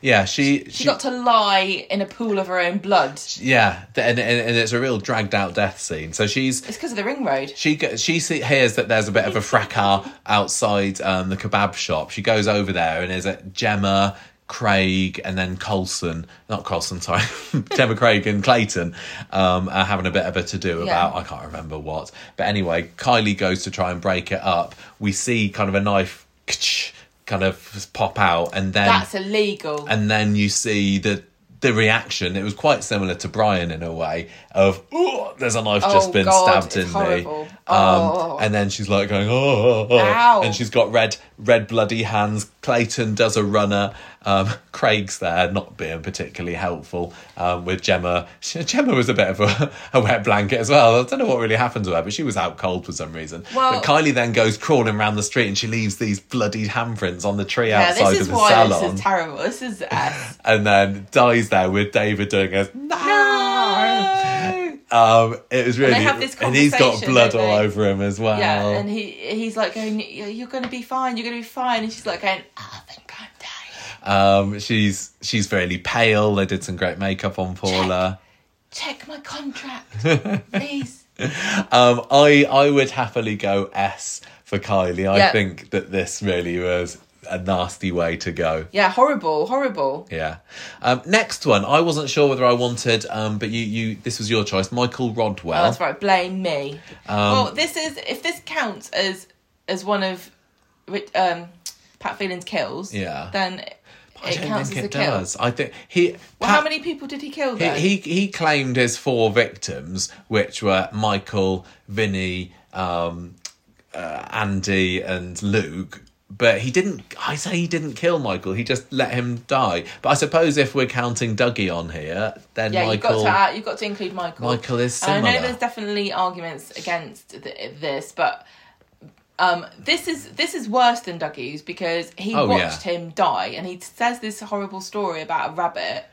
Yeah, Mm. she She got to lie in a pool of her own blood. yeah, th- and, and and it's a real dragged out death scene. So she's It's because of the ring road. She go- she see, hears that there's a bit of a fracas outside um, the kebab shop. She goes over there and there's a Gemma, Craig, and then Colson. Not Colson, sorry. Gemma, Craig, and Clayton um, are having a bit of a to do Yeah. about I can't remember what. But anyway, Kylie goes to try and break it up. We see kind of a knife kind of pop out, and then That's illegal. and then you see the the reaction. It was quite similar to Brian in a way of oh, there's a knife just Oh, been God, stabbed it's in horrible. me. Oh. Um, and then she's like going oh, oh, oh." Ow. and she's got red red bloody hands. Clayton does a runner. Um, Craig's there, not being particularly helpful um, with Gemma. She, Gemma was a bit of a, a wet blanket as well. I don't know what really happened to her, but she was out cold for some reason. Well- but Kylie then goes crawling around the street and she leaves these bloody handprints on the tree yeah, outside this of is the why salon this is terrible. This is uh, ass. and then dies there with David doing a no. No! Um, it was really, they have this and he's got conversation, blood don't all they? over him as well. Yeah, and he he's like going, "Y- "You're gonna be fine. You're gonna be fine," and she's like going, "I think I'm dying. um, she's she's fairly pale. They did some great makeup on Paula. Check my contract, please." Um, I I would happily go S for Kylie. I Yeah. think that this really was a nasty way to go. Yeah, horrible, horrible. Yeah. Um, next one, I wasn't sure whether I wanted, um, but you you this was your choice, Michael Rodwell. Oh, That's right. Blame me. Um, well, this is if this counts as as one of Rich- um, Pat Phelan's kills. Yeah. Then it I don't counts think as a it kill. does. I think he. Well, Pat- how many people did he kill He- then? he he claimed his four victims, which were Michael, Vinny, um, uh, Andy, and Luke. But he didn't. I say he didn't kill Michael. He just let him die. But I suppose if we're counting Dougie on here, then yeah, Michael. you've got to uh, you've got to include Michael. Michael is And I similar. know there's definitely arguments against th- this, but um, this is this is worse than Dougie's because he Oh, yeah. watched him die, and he says this horrible story about a rabbit.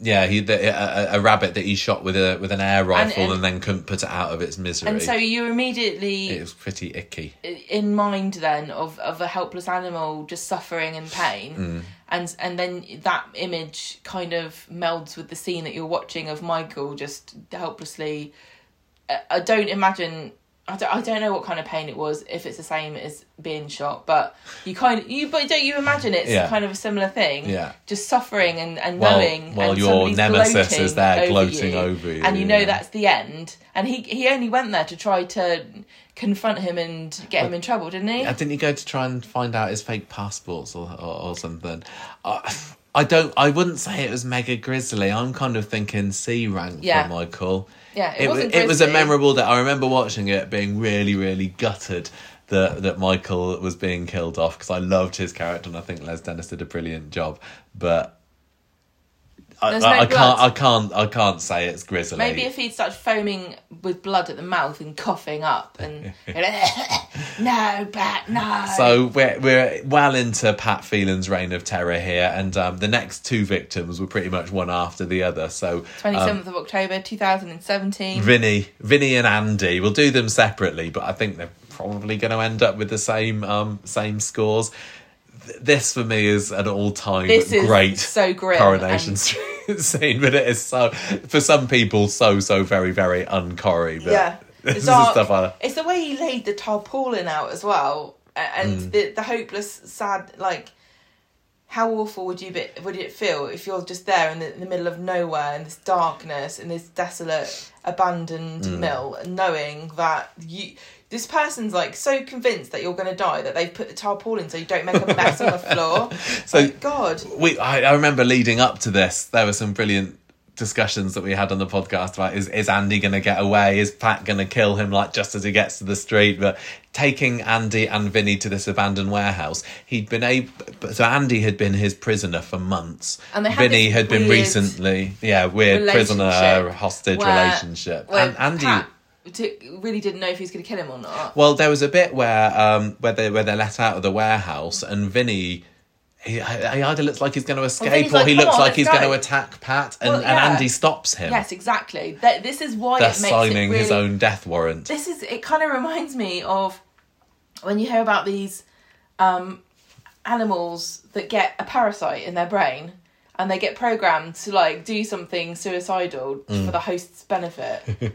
yeah, he the, a- a, a rabbit that he shot with a with an air rifle and, and- then couldn't put it out of its misery. And so you it immediately was pretty icky. in mind then of, of a helpless animal just suffering in pain Mm. and and then that image kind of melds with the scene that you're watching of michael just helplessly I- i don't imagine I don't, I don't know what kind of pain it was if it's the same as being shot but you kind of you but don't you imagine it's Yeah. kind of a similar thing Yeah. just suffering and, and While- knowing while and your somebody's nemesis is there gloating you, over you, and you know yeah. that's the end and he he only went there to try to confront him and get him in trouble didn't he Yeah, didn't he go to try and find out his fake passports or or, or something? I, I don't. I wouldn't say it was mega grisly. I'm kind of thinking C rank Yeah. for Michael. Yeah, it it, wa- wasn't it was a grisly. memorable day. I remember watching it, being really, really gutted that that Michael was being killed off because I loved his character and I think Les Dennis did a brilliant job, but. I, There's I, no I can't. I blood. can't. I can't say it's grisly. Maybe if he'd started foaming with blood at the mouth and coughing up and No, Pat, no. So we're we're well into Pat Phelan's reign of terror here, and um, the next two victims were pretty much one after the other. So um, 27th of October 2017. Vinny, Vinny, and Andy, we'll do them separately, but I think they're probably going to end up with the same um, same scores. Th- This for me is an all time This is great so grim coronation and- Street scene, but it is so for some people so so very very uncorry. But yeah. this is Dark. stuff I It's the way he laid the tarpaulin out as well a- and Mm. the, the hopeless, sad, like, how awful would you be, would it feel if you're just there in the, in the middle of nowhere in this darkness in this desolate abandoned Mm. mill and knowing that you this person's like so convinced that you're going to die that they've put the tarpaulin so you don't make a mess on the floor So- so god we I, I remember leading up to this there were some brilliant discussions that we had on the podcast about is is Andy going to get away? Is Pat going to kill him like just as he gets to the street? But taking Andy and Vinny to this abandoned warehouse, he'd been able. So Andy had been his prisoner for months. And they had Vinny this had been weird recently, yeah, weird prisoner relationship hostage where- relationship. where and Andy. Pat di- really didn't know if he was going to kill him or not. Well, there was a bit where um where they where they're let out of the warehouse and Vinny. He, he either looks like he's going to escape, Vinny's or like, he "Come looks on, like let's he's go." going to attack Pat, and, Well, yeah. and Andy stops him. Yes, exactly. That this is why Thus it makes signing it really. his own death warrant. This is it. Kind of reminds me of when you hear about these um, animals that get a parasite in their brain and they get programmed to like do something suicidal Mm. for the host's benefit.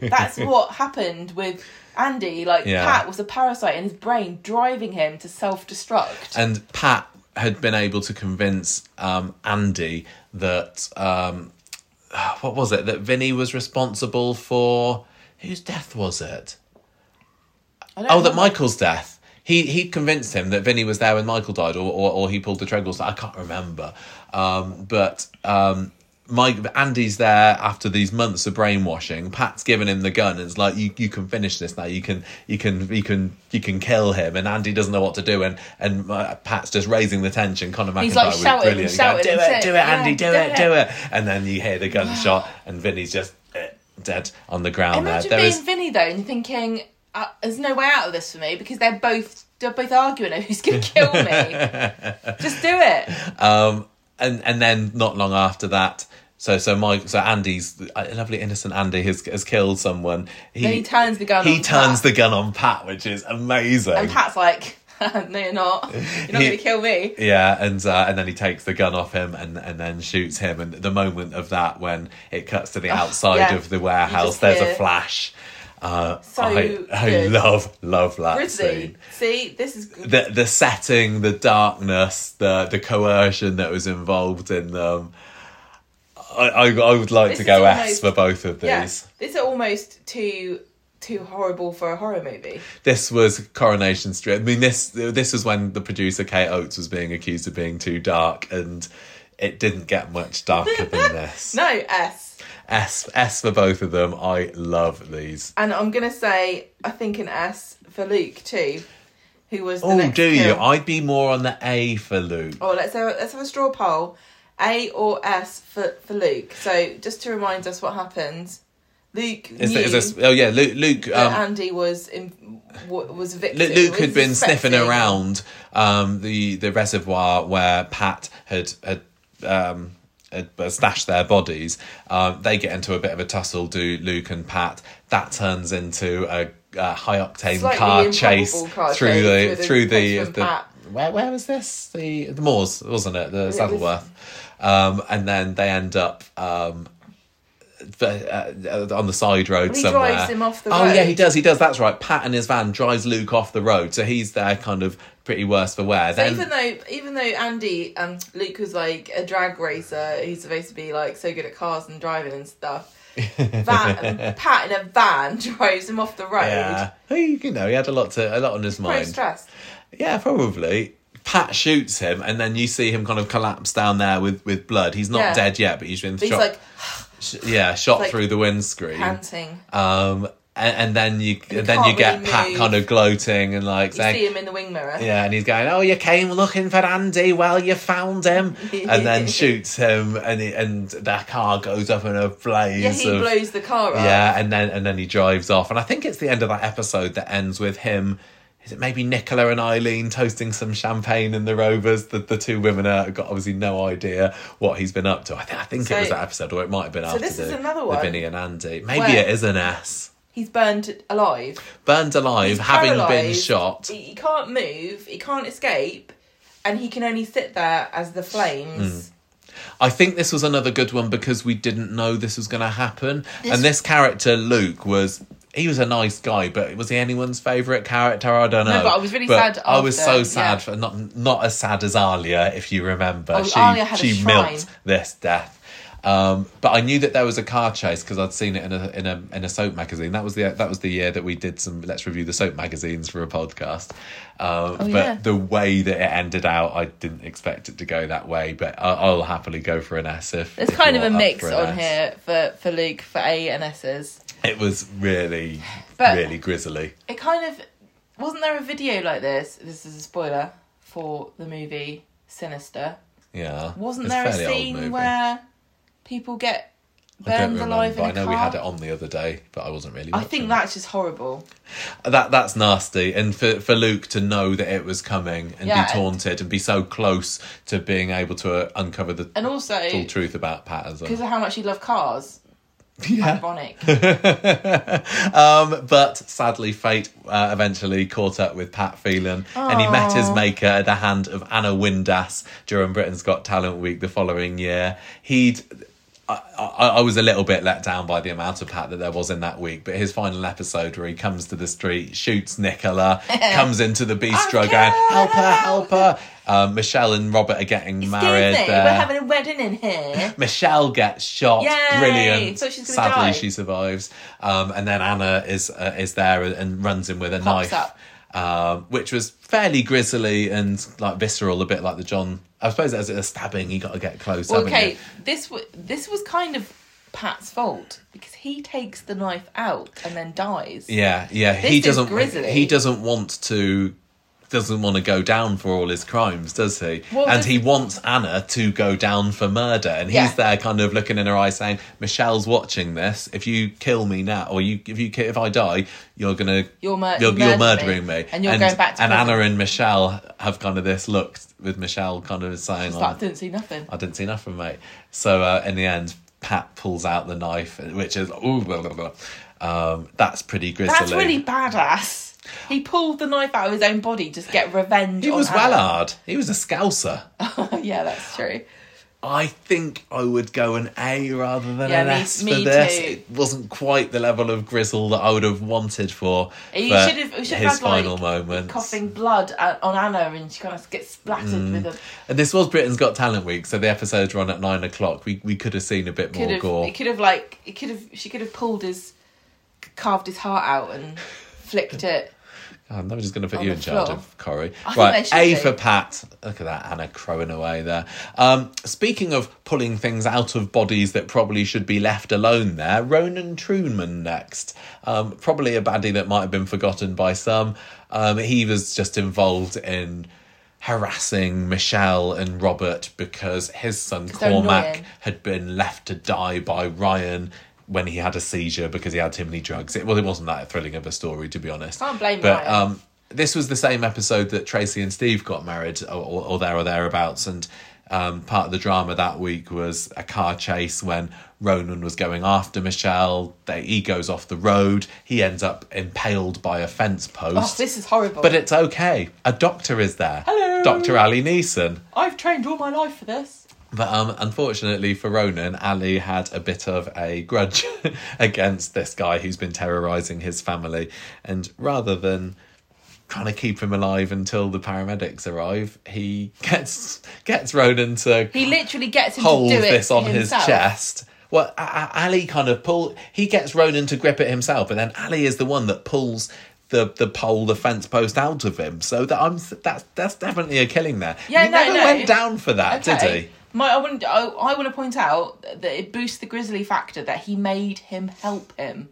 That's what happened with Andy. Like Yeah. Pat was a parasite in his brain, driving him to self-destruct. And Pat had been able to convince um, Andy that um, what was it that Vinny was responsible for? Whose death was it? I don't Oh, that remember. Michael's death. He he convinced him that Vinny was there when Michael died, or or, or he pulled the treadles. I can't remember. Um, but um, Mike Andy's there after these months of brainwashing. Pat's given him the gun. It's like you, you can finish this now. You can you can you can you can kill him. And Andy doesn't know what to do. And and uh, Pat's just raising the tension. Conor McIntyre He's like was shouting, brilliant. He's like, shouting, do it, shouting. do it, Andy, Yeah, do, it, do it." do it. And then you hear the gunshot, and Vinny's just eh, dead on the ground. Imagine there. There being is- Vinny though, and you're thinking, uh, "There's no way out of this for me because they're both they're both arguing over who's going to kill me. Just do it." Um, and and then not long after that, so so Mike, so Andy's uh, lovely innocent Andy has has killed someone. Then he turns the gun. He on turns Pat, the gun on Pat, which is amazing. and Pat's like, "No, you're not. You're not He- going to kill me." yeah, and uh, and then he takes the gun off him and, and then shoots him. And the moment of that, when it cuts to the outside Oh, yeah. of the You warehouse, just there's a hear- flash. Uh, So I, I good. love love that scene. Grizzly, see, this is the the setting, the darkness, the the coercion that was involved in them. I I, I would like This to is go S almost- for both of these. yeah. These are almost too too horrible for a horror movie. This was Coronation Street. I mean, this this was when the producer Kate Oates was being accused of being too dark, and it didn't get much darker than this. No S. S S for both of them. I love these. And I'm gonna say, I think an S for Luke too, who was. The Oh, next do you? kill. I'd be more on the A for Luke. Oh, let's have, let's have a straw poll. A or S for, for Luke. So just to remind us what happens, Luke Is, knew there, is this, oh yeah, Luke. Luke that um, Andy was in, wa- was a victim. Lu- Luke was had been suspecting. sniffing around um, the the reservoir where Pat had had, um, had uh, stashed their bodies. Um, they get into a bit of a tussle. Do Luke and Pat? That turns into a, a high octane Slightly car improbable chase car through chase the with a through the, text from the Pat. where where was this the the moors wasn't it the was- Saddleworth, um, and then they end up. Um, uh, on the side road Well, he somewhere. drives him off the oh yeah, road. he does. He does. That's right. Pat and his van drives Luke off the road, so he's there, kind of pretty worse for wear. So then even though even though Andy um Luke was like a drag racer who's supposed to be like so good at cars and driving and stuff, van, Pat in a van drives him off the road. yeah, he, you know, he had a lot to a lot on his Very mind. stressed. Yeah, probably. Pat shoots him, and then you see him kind of collapse down there with with blood. He's not Yeah. dead yet, but he's been But he's shot. like sh- yeah, shot like through the windscreen. panting. um, and, and then you and then can't you get really Pat move. kind of gloating and like You saying, see him in the wing mirror. Yeah, and he's going, "Oh, you came looking for Andy. Well, you found him." and then shoots him, and he, and their car goes up in a blaze. Yeah, he of, blows the car up. Yeah, and then and then he drives off. And I think it's the end of that episode that ends with him. Is it maybe Nicola and Eileen toasting some champagne in the Rovers? The the two women are got obviously no idea what he's been up to. I, think I think it So- was that episode, or it might have been after this the, is another the one Vinny and Andy. Maybe where- it is an S. He's burned alive. Burned alive, He's having been paralysed. shot. He, he can't move. He can't escape, and he can only sit there as the flames. Hmm. I think this was another good one because we didn't know this was going to happen. and this character, Luke, was. He was a nice guy, but was he anyone's favourite character? I don't know. but I was really sad I was after, so yeah. sad for not not as sad as Alia, if you remember. Oh, she Alia had a she shrine. milked this death. Um, but I knew that there was a car chase because I'd seen it in a in a in a soap magazine. That was the that was the year that we did some let's review the soap magazines for a podcast. Um, but Oh, yeah. the way that it ended out, I didn't expect it to go that way. But I, I'll happily go for an S if There's if kind of you're a up mix for an S. on here for, for Luke for A and S's. It was really But- really grizzly. It kind of wasn't there a video like this? This is a spoiler for the movie Sinister. Yeah, Wasn't It's there a fairly old scene movie. where people get I don't burned alive remember. in a I know car? we had it on the other day, but I wasn't really. I think watching that's just horrible. that that's nasty and for for luke to know that it was coming and Yeah. be taunted and be so close to being able to uh, uncover the And also full truth about patterson because of how much you love cars. yeah Ironic. um but sadly fate uh, eventually caught up with pat phelan and he met his maker at the hand of anna windass during britain's got talent week the following year he'd I, I, I was a little bit let down by the amount of Pat that there was in that week, but his final episode where he comes to the street, shoots Nicola, comes into the bistro, Okay. going help her, help her. Um, Michelle and Robert are getting married. Excuse me, there. we're having a wedding in here. Michelle gets shot. Yay! Brilliant. So she's gonna Sadly, die. she survives. Um, and then Anna is uh, is there and runs in with a Pops knife, um, which was fairly grisly and like visceral, a bit like the John. I suppose as a stabbing, you got to get close. Well, haven't okay, you? this w- this was kind of Pat's fault because he takes the knife out and then dies. Yeah, yeah. he This is doesn't. grisly. He doesn't want to. Doesn't want to go down for all his crimes, does he? Well, and this- he wants Anna to go down for murder, and Yeah. he's there, kind of looking in her eyes, saying, "Michelle's watching this. If you kill me now, or you, if you, ki- if I die, you're gonna, You're mur- you're, you you're murdered murdering me, me, and you're going back to And prison." Anna and Michelle have kind of this look with Michelle, kind of saying, It's like, like, I didn't see nothing. I didn't see nothing, mate. So uh, in the end, Pat pulls out the knife, which is ooh, blah, blah, blah. Um, that's pretty grisly. That's really badass. He pulled the knife out of his own body to get revenge. He on was Alan. Wallard. He was a scouser. yeah, that's true. I think I would go an A rather than Yeah, an me- S for me this. too. It wasn't quite the level of grizzle that I would have wanted for, He for should have- he should have his had, like, final moments. Mm. Coughing blood at- on Anna, and she kind of gets splattered with a. And this was Britain's Got Talent week, so the episodes were on at nine o'clock. We we could have seen a bit Could more have, gore. it could have like, it could have. She could have pulled his, carved his heart out and flicked it. Oh, nobody's going to put On you the in charge floor. of Corrie. think Right, they A should for be. Pat. Look at that, Anna crowing away there. Um, speaking of pulling things out of bodies that probably should be left alone there, Ronan Truman next. Um, probably a baddie that might have been forgotten by some. Um, he was just involved in harassing Michelle and Robert because his son they're Cormac annoying. had been left to die by Ryan when he had a seizure because he had too many drugs. It, well, it wasn't that thrilling of a story, to be honest. Can't blame But Ryan. um, this was the same episode that Tracy and Steve got married, or, or, or there or thereabouts, and. Um, part of the drama that week was a car chase when Ronan was going after Michelle. They, he goes off the road. He ends up impaled by a fence Oh, post. this is horrible. But it's okay. A doctor is there. Hello. Dr. Ali Neeson. I've trained all my life for this. But um, unfortunately for Ronan, Ali had a bit of a grudge against this guy who's been terrorising his family. And rather than trying to keep him alive until the paramedics arrive, he gets gets Ronan to He literally gets him hold to do it this on himself. his chest. Well, A- A- Ali kind of pull. He gets Ronan to grip it himself, and then Ali is the one that pulls the the pole, the fence post out of him. So that I'm that's that's definitely a killing there. Yeah, he no, never no. went down for that, did he? My, I want. I, I want to point out that it boosts the grizzly factor that he made him help him.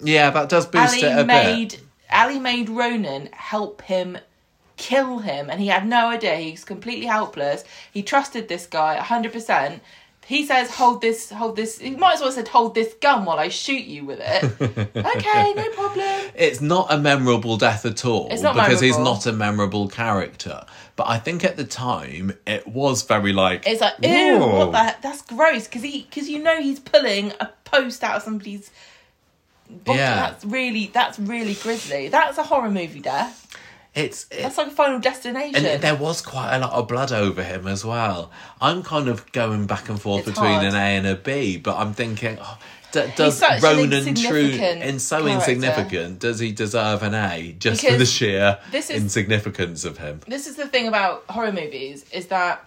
Yeah, that does boost it Ali a made bit. Ali made Ronan help him kill him, and he had no idea. He was completely helpless. He trusted this guy hundred percent. He says, "Hold this, hold this." He might as well said, "Hold this gun while I shoot you with it." okay, no problem. It's not a memorable death at all It's not because he's memorable. not a memorable character. But I think at the time it was very like It's like, ooh, "Whoa." what the? heck? That's gross because he because you know he's pulling a post out of somebody's. Bottom. Yeah. that's really that's really grisly. That's a horror movie death. It's it's That's like a Final Destination. And there was quite a lot of blood over him as well. I'm kind of going back and forth It's between hard. an A and a B, but I'm thinking, oh, d- does such an Ronan True insignificant and so character. insignificant? Does he deserve an A just for the Because sheer this is- insignificance of him? this is the thing about horror movies is that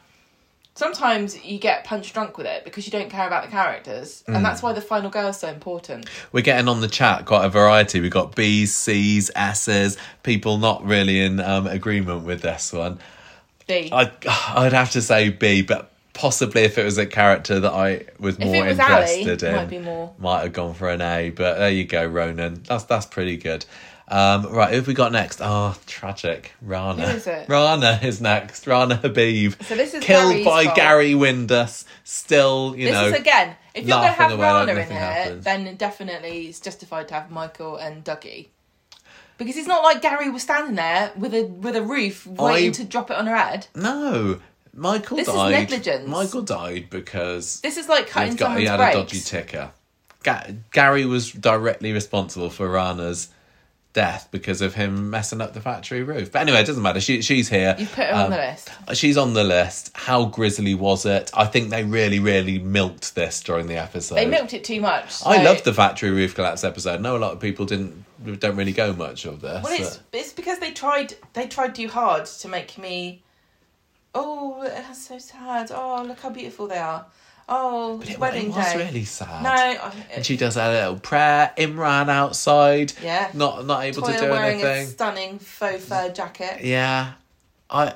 sometimes you get punch drunk with it because you don't care about the characters, Mm. and that's why the final girl is so important. We're getting on the chat quite a variety. We've got B's, C's, S's, people not really in um, agreement with this one. B. I, I'd have to say B, but possibly if it was a character that I was more it was Ali, interested in, might be more. might have gone for an A. But there you go, Ronan. That's that's pretty good. Um, right, who have we got next? Oh, tragic. Rana. Who is it? Rana is next. Rana Habib. So this is killed Gary's by fault. Gary Windus. Still, you this know, is again, if you're gonna laughing have away like Rana in nothing here, happens. then definitely it's justified to have Michael and Dougie. Because it's not like Gary was standing there with a with a roof waiting to drop it on her head. no. Michael This is died. negligence. Michael died because This is like He's cutting got- someone's he had brakes. a dodgy ticker. Ga- Gary was directly responsible for Rana's death because of him messing up the factory roof. But anyway, it doesn't matter. She, she's here. Um, You put her on the list. She's on the list. How grisly was it? I think they really, really milked this during the episode. They milked it too much. I so- love the factory roof collapse episode. I know a lot of people didn't don't really go much of this. Well, it's it's because they tried they tried too hard to make me. Oh, that's so sad. Oh, look how beautiful they are. Oh, but it, wedding it was day. really sad. No, uh, I- And she does her little prayer. Imran outside. Yeah. Not not able Toya to do wearing anything. a stunning faux fur jacket. Yeah, I.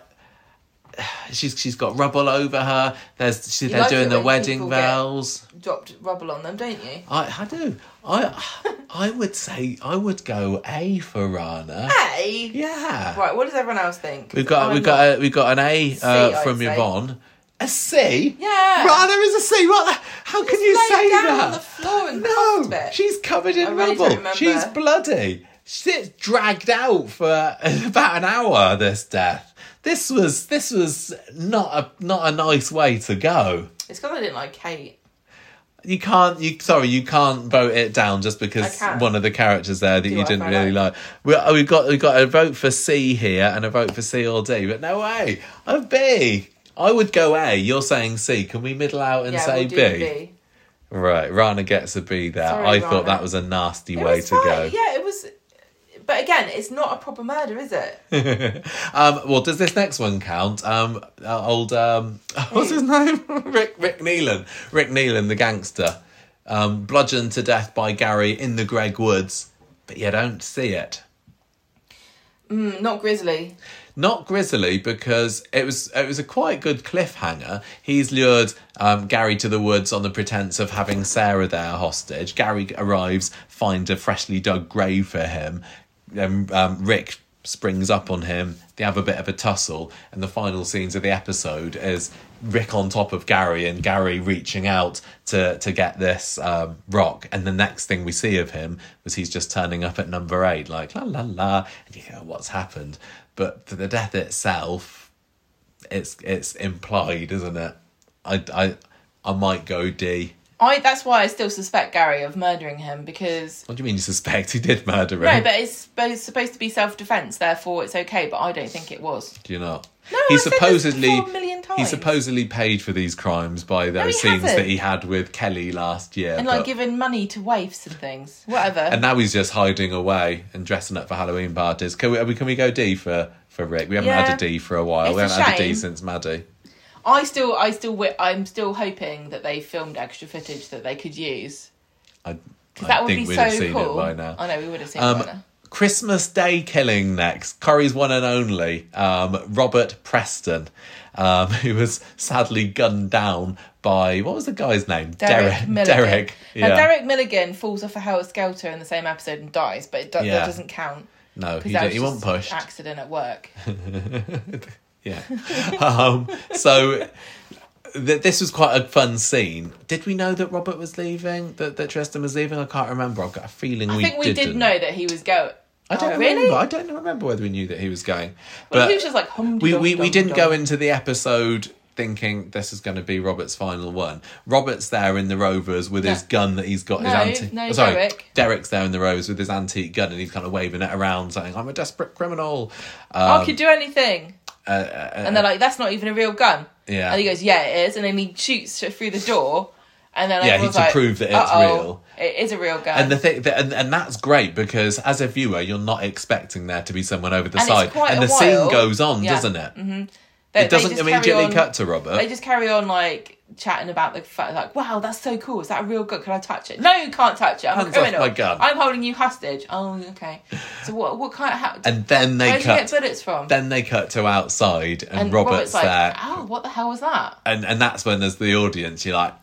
She's she's got rubble over her. There's she, they're like doing it the when wedding people get- bells. dropped rubble on them, don't you? I I do. I I would say I would go A for Rana. Hey. Yeah. Right. What does everyone else think? Oh We've got I'm we've got a, we've got an A uh, I'd from say. Yvonne. A C. Yeah. Rana is a C. What? The, how can you Lay say down that? on the floor and cuffed No, it. she's covered in I really don't rubble. remember. she's bloody. She's dragged out for about an hour. This death. This was this was not a not a nice way to go. It's because I didn't like Kate. You can't. You sorry. You can't vote it down just because I can't. one of the characters there that you what I didn't feel really like. like. We oh, we've got we've got a vote for C here and a vote for C or D. But no way. A B. I would go A. You're saying C. Can we middle out and Yeah, say we'll do B. Right, Rana gets a B there. Sorry, I thought Rana. that was a nasty It way was to fine. go. Yeah, it was. But again, it's not a proper murder, is it? Hmm. Um, well, does this next one count? Um, uh, old um, what's his name? Rick Rick Nealon. Rick Nealon, the gangster, um, bludgeoned to death by Gary in the Greg Woods, but you don't see it. Mm, not Grizzly. Not Grizzly because it was it was a quite good cliffhanger. He's lured um, Gary to the woods on the pretense of having Sarah there hostage. Gary arrives, finds a freshly dug grave for him. Then um, Rick springs up on him. They have a bit of a tussle, and the final scenes of the episode is Rick on top of Gary and Gary reaching out to to get this um, rock. And the next thing we see of him was he's just turning up at number eight, like la la la, and you know what's happened but for the death itself, it's it's implied, isn't it? I I I might go D. I. That's why I still suspect Gary of murdering him because What do you mean you suspect he did murder him? no, but it's supposed, supposed to be self-defense. Therefore, it's okay. But I don't think it was. do you not? No, I've said this before a million he times. supposedly paid for these crimes by those he scenes that hasn't. he had with Kelly last year. And like but- giving money to waifs and things, whatever. and now he's just hiding away and dressing up for Halloween parties. Can we, can we go D for, for Rick? We haven't had Yeah. a D for a while. we It's haven't a had a D shame. since Maddie. I still, I still, wi- I'm still hoping that they filmed extra footage that they could use. I, I That would think be we'd so have seen cool. it by now. I know we would have seen it by Um, now. Christmas Day killing next. Corrie's one and only, um, Robert Preston, um, who was sadly gunned down by what was the guy's name? Derek Milligan. Derek. Now, Yeah. Derek Milligan falls off a Howard Skelter in the same episode and dies, but it do- Yeah. that doesn't count. no, 'cause he, didn't, that was he just wasn't pushed. Accident at work. Yeah. um, so th- this was quite a fun scene. Did we know that Robert was leaving? That, that Tristan was leaving? I can't remember. I've got a feeling I we think we didn't. did know that he was going. I don't oh, remember. really. I don't remember whether we knew that he was going. Well, he was just like hum. we, we, we didn't go into the episode thinking this is going to be Robert's final one. Robert's there in the Rovers with his gun that he's got. his No, antique. no, oh, sorry, Derek. Derek's there in the Rovers with his antique gun and he's kind of waving it around, saying, "I'm a desperate criminal." I Um, Oh, could do anything. and they're like, "That's not even a real gun." Uh, Yeah. And he goes, "Yeah, it is." And then he shoots it through the door, and then Yeah, everyone's to like, prove that it's "Uh-oh, real." It is a real gun. and the thing, that and, and that's great because as a viewer, you're not expecting there to be someone over the And it's side, quite and the a scene while. goes on, Yeah. Mm-hmm. doesn't it? They, it doesn't they just immediately carry on, cut to Robert. They just carry on like chatting about the fact, like, "Wow, that's so cool. Is that a real gun? Can I touch it? No, you can't touch it. I'm Hands a off criminal. my gun." I'm holding you hostage. Oh, okay. So what? What kind? Of, how, and then they where do you cut. get bullets from? then they cut to outside, and, and Robert's, like, "Ah." there, "Ow, what the hell was that?" and and that's when there's the audience. You're like,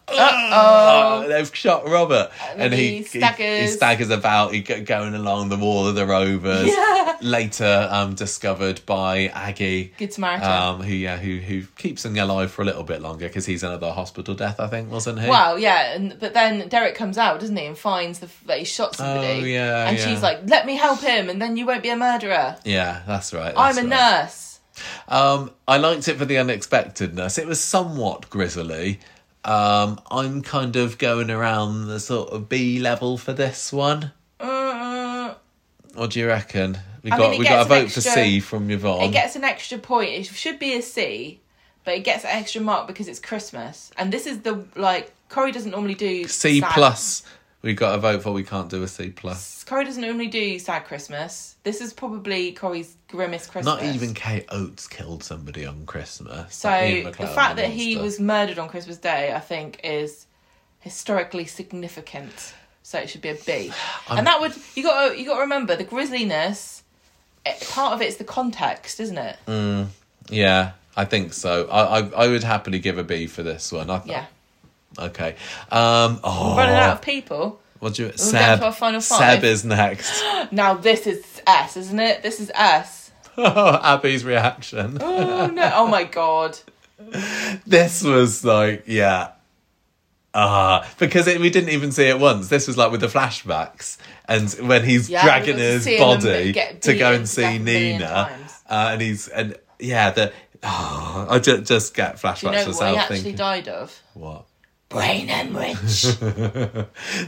Uh-oh. "Oh, they've shot Robert, And and he he, he staggers. staggers about. He go- going along the wall of the Rovers. Yeah. Later, um, discovered by Aggie. Good Samaritan. Um, who yeah, who who keeps him alive for a little bit longer because he's another hospital death, I think, wasn't he? Wow, yeah, and but then Derek comes out, doesn't he, and finds the, that he shot somebody. Oh, yeah, and yeah. she's like, "Let me help him, and then you won't be a murderer. Yeah, that's right. I'm that's a right. nurse." Um, I liked it for the unexpectedness. It was somewhat grizzly. Um, I'm kind of going around the sort of B level for this one. Uh-uh. Mm-mm. What do you reckon? We I got mean, it we got a gets vote an for extra- C from Yvonne. It gets an extra point. It should be a C, but it gets an extra mark because it's Christmas, and this is the like Corey doesn't normally do C sad- plus. We got a vote for. We can't do a C plus. Corey doesn't normally do sad Christmas. This is probably Corey's grimmest Christmas. Not even Kate Oates killed somebody on Christmas. So like Ian the McClellan fact and that he stuff. was murdered on Christmas Day, I think, is historically significant. So it should be a B. and that would you got to you got to remember the grisliness. It, part of it's the context, isn't it? Mm. yeah, I think so. I, I I would happily give a B for this one. I th- Yeah, Okay. Um. Oh. running out of people. What do you? Seb. down to our final Seb five. is next. Now this is S, isn't it? This is S. Oh, Abby's reaction. Oh no! Oh my god! This was like, yeah. Ah, because it, we didn't even see it once. This was like with the flashbacks, and when he's Yeah, we dragging got to his see him body get to go beaten and to see death a million Nina, times. uh, and he's and yeah, the oh, I just, just get flashbacks Do you know what myself he actually thinking died of? what. Brain hemorrhage.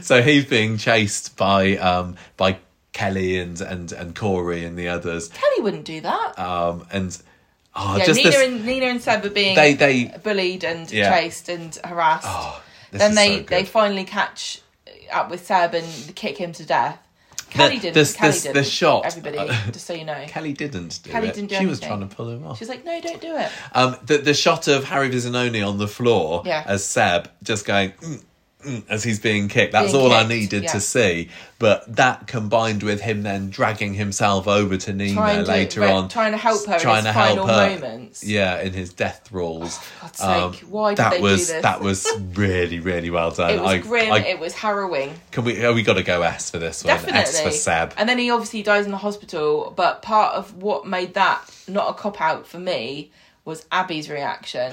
So he's being chased by um by Kelly and and and Corey and the others, Kelly wouldn't do that. um and oh, yeah, just Nina this, and Nina and Seb are being they they bullied and Yeah. chased and harassed. oh, this then is they so they good. finally catch up with Seb and kick him to death. Kelly The- didn't. this- Kelly this- didn't. this shot. uh, Everybody, just so you know, Kelly didn't do Kelly it. didn't do she was anything. trying to pull him off. she's like, "No, don't do it." Um, the the shot of Harry Visinoni on the floor Yeah. as Seb just going mm, mm, as he's being kicked. That's Being all I kicked, needed yeah. to see. But that combined with him then dragging himself over to Nina Trying to later re- on, trying to help her in trying his to help final her, moments. Yeah, in his death thralls. Oh, God's sake, why did that they do was this? that was really really well done. It was I, grim. I- it was harrowing. can we oh, we got to go S for this one. Definitely. S for Seb. And then he obviously dies in the hospital. But part of what made that not a cop out for me was Abby's reaction.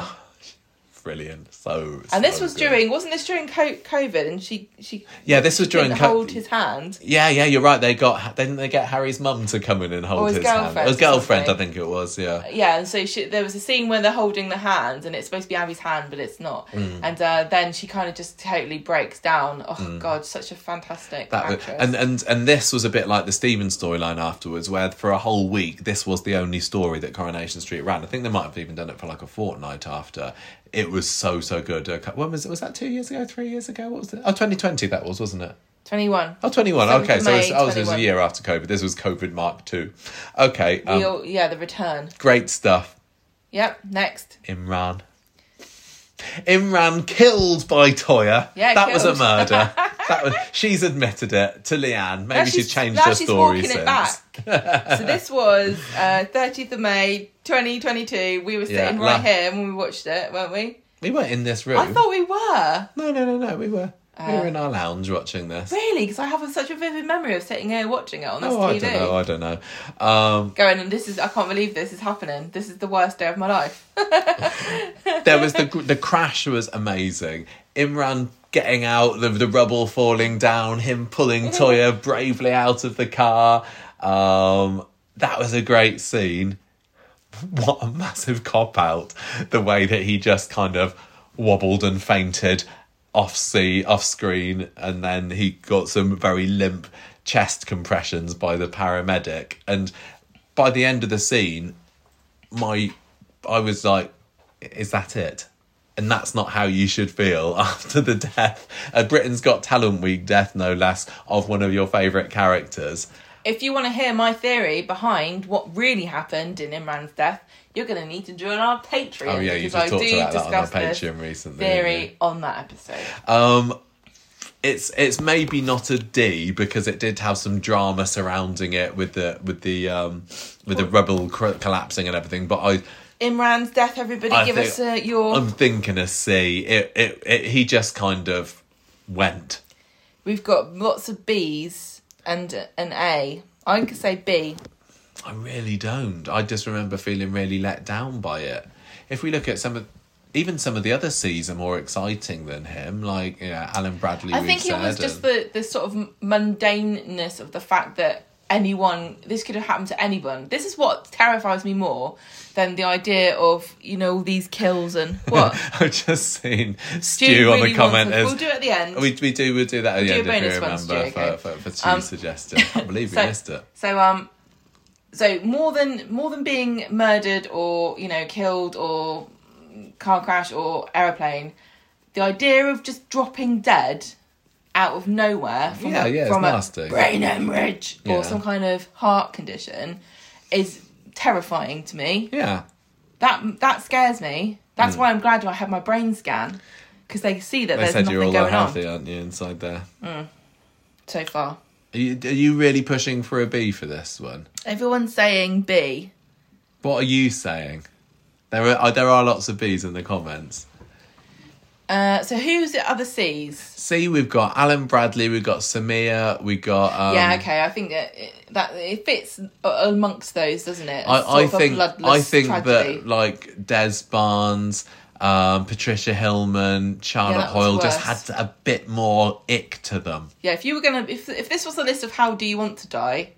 Brilliant. So And this so was good. during wasn't this during co- COVID? And she she Yeah, this was during didn't co- hold his hand. Yeah, yeah, you're right. They got didn't they get Harry's mum to come in and hold Or his his, hand? girlfriend Or his or girlfriend, I something. think it was. Yeah, yeah and so she, there was a scene where they're holding the hands and it's supposed to be abby's hand but it's not Hmm. and uh, then she kind of just totally breaks down oh god such a fantastic that was, actress. and and and this was a bit like the Stephen storyline afterwards, where for a whole week this was the only story that Coronation Street ran. I think they might have even done it for like a fortnight after. It was so so good. Uh, When was it? Was that two years ago? Three years ago? What was it? Oh, 2020 that was, wasn't it? 21 Oh, 21. 7th okay, of so it was, May, oh, so it was a 21. year after COVID. This was COVID Mark two. Okay, We um, all- yeah the return great stuff. yep next Imran. Imran killed by Toya. Yeah, that was a killed. murder. that was. She's admitted it to Leanne. Maybe Now she's changed now her she's story walking since. it back so this was uh, 30th of may 2022 we were sitting Yeah, right la- here when we watched it weren't we We weren't in this room. i thought Uh, we were no, no, no, no. We were. we were in our lounge watching this. really because i have a- such a vivid memory of sitting here watching it on this Oh, tv I don't know. I don't know. Um, going and this is i can't believe this is happening this is the worst day of my life there was the the crash was amazing. Imran getting out, the the rubble falling down, him pulling Toya bravely out of the car. Um, that was a great scene. What a massive cop out! The way that he just kind of wobbled and fainted off sea, off screen, and then he got some very limp chest compressions by the paramedic. And by the end of the scene, my I was like, is that it? And that's not how you should feel after the death, a Britain's Got Talent Week death, no less, of one of your favourite characters. if you want to hear my theory behind what really happened in Imran's death, you're going to need to join our Patreon. Oh yeah, you because just I talked do about that on our discuss this Patreon recently. didn't Theory you? on that episode. Um, it's it's maybe not a D because it did have some drama surrounding it with the with the um with the rubble cr- collapsing and everything. But I Imran's death, everybody, I give think- us uh, your. I'm thinking a C. It it, it he just kind of went. We've got lots of B's and an A. I could say B. I really don't. I just remember feeling really let down by it. If we look at some of even some of the other C's are more exciting than him, like you know, Alan Bradley. I we think it said, was and- just the, the sort of mundaneness of the fact that anyone, this could have happened to anyone. This is what terrifies me more than the idea of, you know, all these kills and what. I've just seen Stu Stu on the really wants comment us- as We'll do it at the end. We, we do we'll do that at do the a end if you bonus one, remember Stu, okay? Um, for, for, for Stu's suggestion. I can't believe we so- missed it. So um, so more than more than being murdered or you know killed or car crash or aeroplane, the idea of just dropping dead out of nowhere from Yeah, a, yeah, it's from a nasty. brain hemorrhage. or Yeah. some kind of heart condition is terrifying to me. Yeah. That that scares me. That's why I'm glad I had my brain scan because they see that Hmm. They there's said nothing you're all going unhealthy, on aren't you, inside there? so far. Are, you, are you really pushing for a B for this one? Everyone's saying B. What are you saying? There are uh, there are lots of Bs in the comments. Uh, so who's the other C's? C, we've got Alan Bradley, we've got Samia, we got. Um, yeah, okay. I think that it, that it fits a- amongst those, doesn't it? I, I Sort of a think I bloodless think tragedy. that like Des Barnes, um, Patricia Hillman, Charlotte that was Hoyle just worse. had a bit more ick to them. yeah. If you were gonna, if if this was a list of how do you want to die,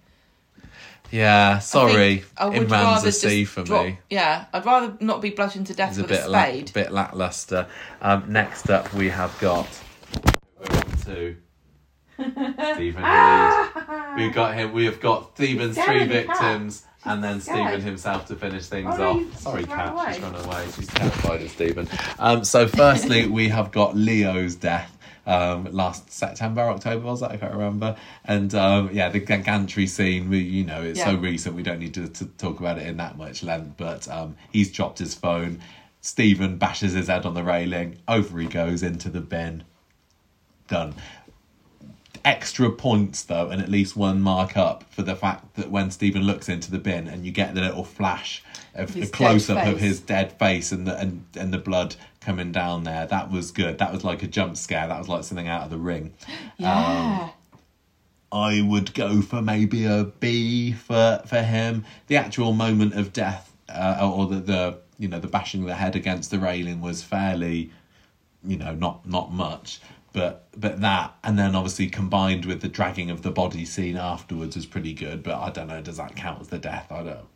Yeah, I think sorry. I would Imran's rather a C just for drop- me. Yeah, I'd rather not be bludgeoned to death It's a with a, bit lack, spade. bit lackluster. Um, next up, we have got. We're on to Stephen Reed. We've got him. We have got Stephen's three scaring the cat. victims, and then Stephen scared. himself to finish things Oh, no, off. you- she's Sorry, run cat. She's away. run away. She's terrified of Stephen. Um, so, firstly, we have got Leo's death. Um, last September, October was that? I can't remember. And um, yeah, the g- gantry scene. We, you know, it's so Yeah. recent. We don't need to, to talk about it in that much length. But um, he's dropped his phone. Stephen bashes his head on the railing. Over he goes into the bin. Done extra points though, and at least one mark up for the fact that when Stephen looks into the bin and you get the little flash of His a close up dead of face. his dead face and the and, and the blood coming down there, that was good. That was like a jump scare. That was like something out of the ring. Yeah. I would go for maybe a B for for him. The actual moment of death, uh, or the, the you know the bashing of the head against the railing was fairly, you know, not not much. But but that, and then obviously combined with the dragging of the body scene afterwards was pretty good. But I don't know, does that count as the death? I don't.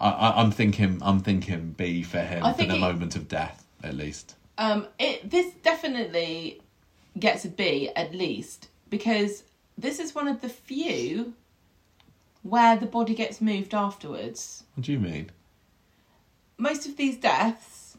I, I I'm thinking I'm thinking B for him I for think the it- moment of death at least. Um, it this definitely gets a B at least because this is one of the few where the body gets moved afterwards. What do you mean? Most of these deaths,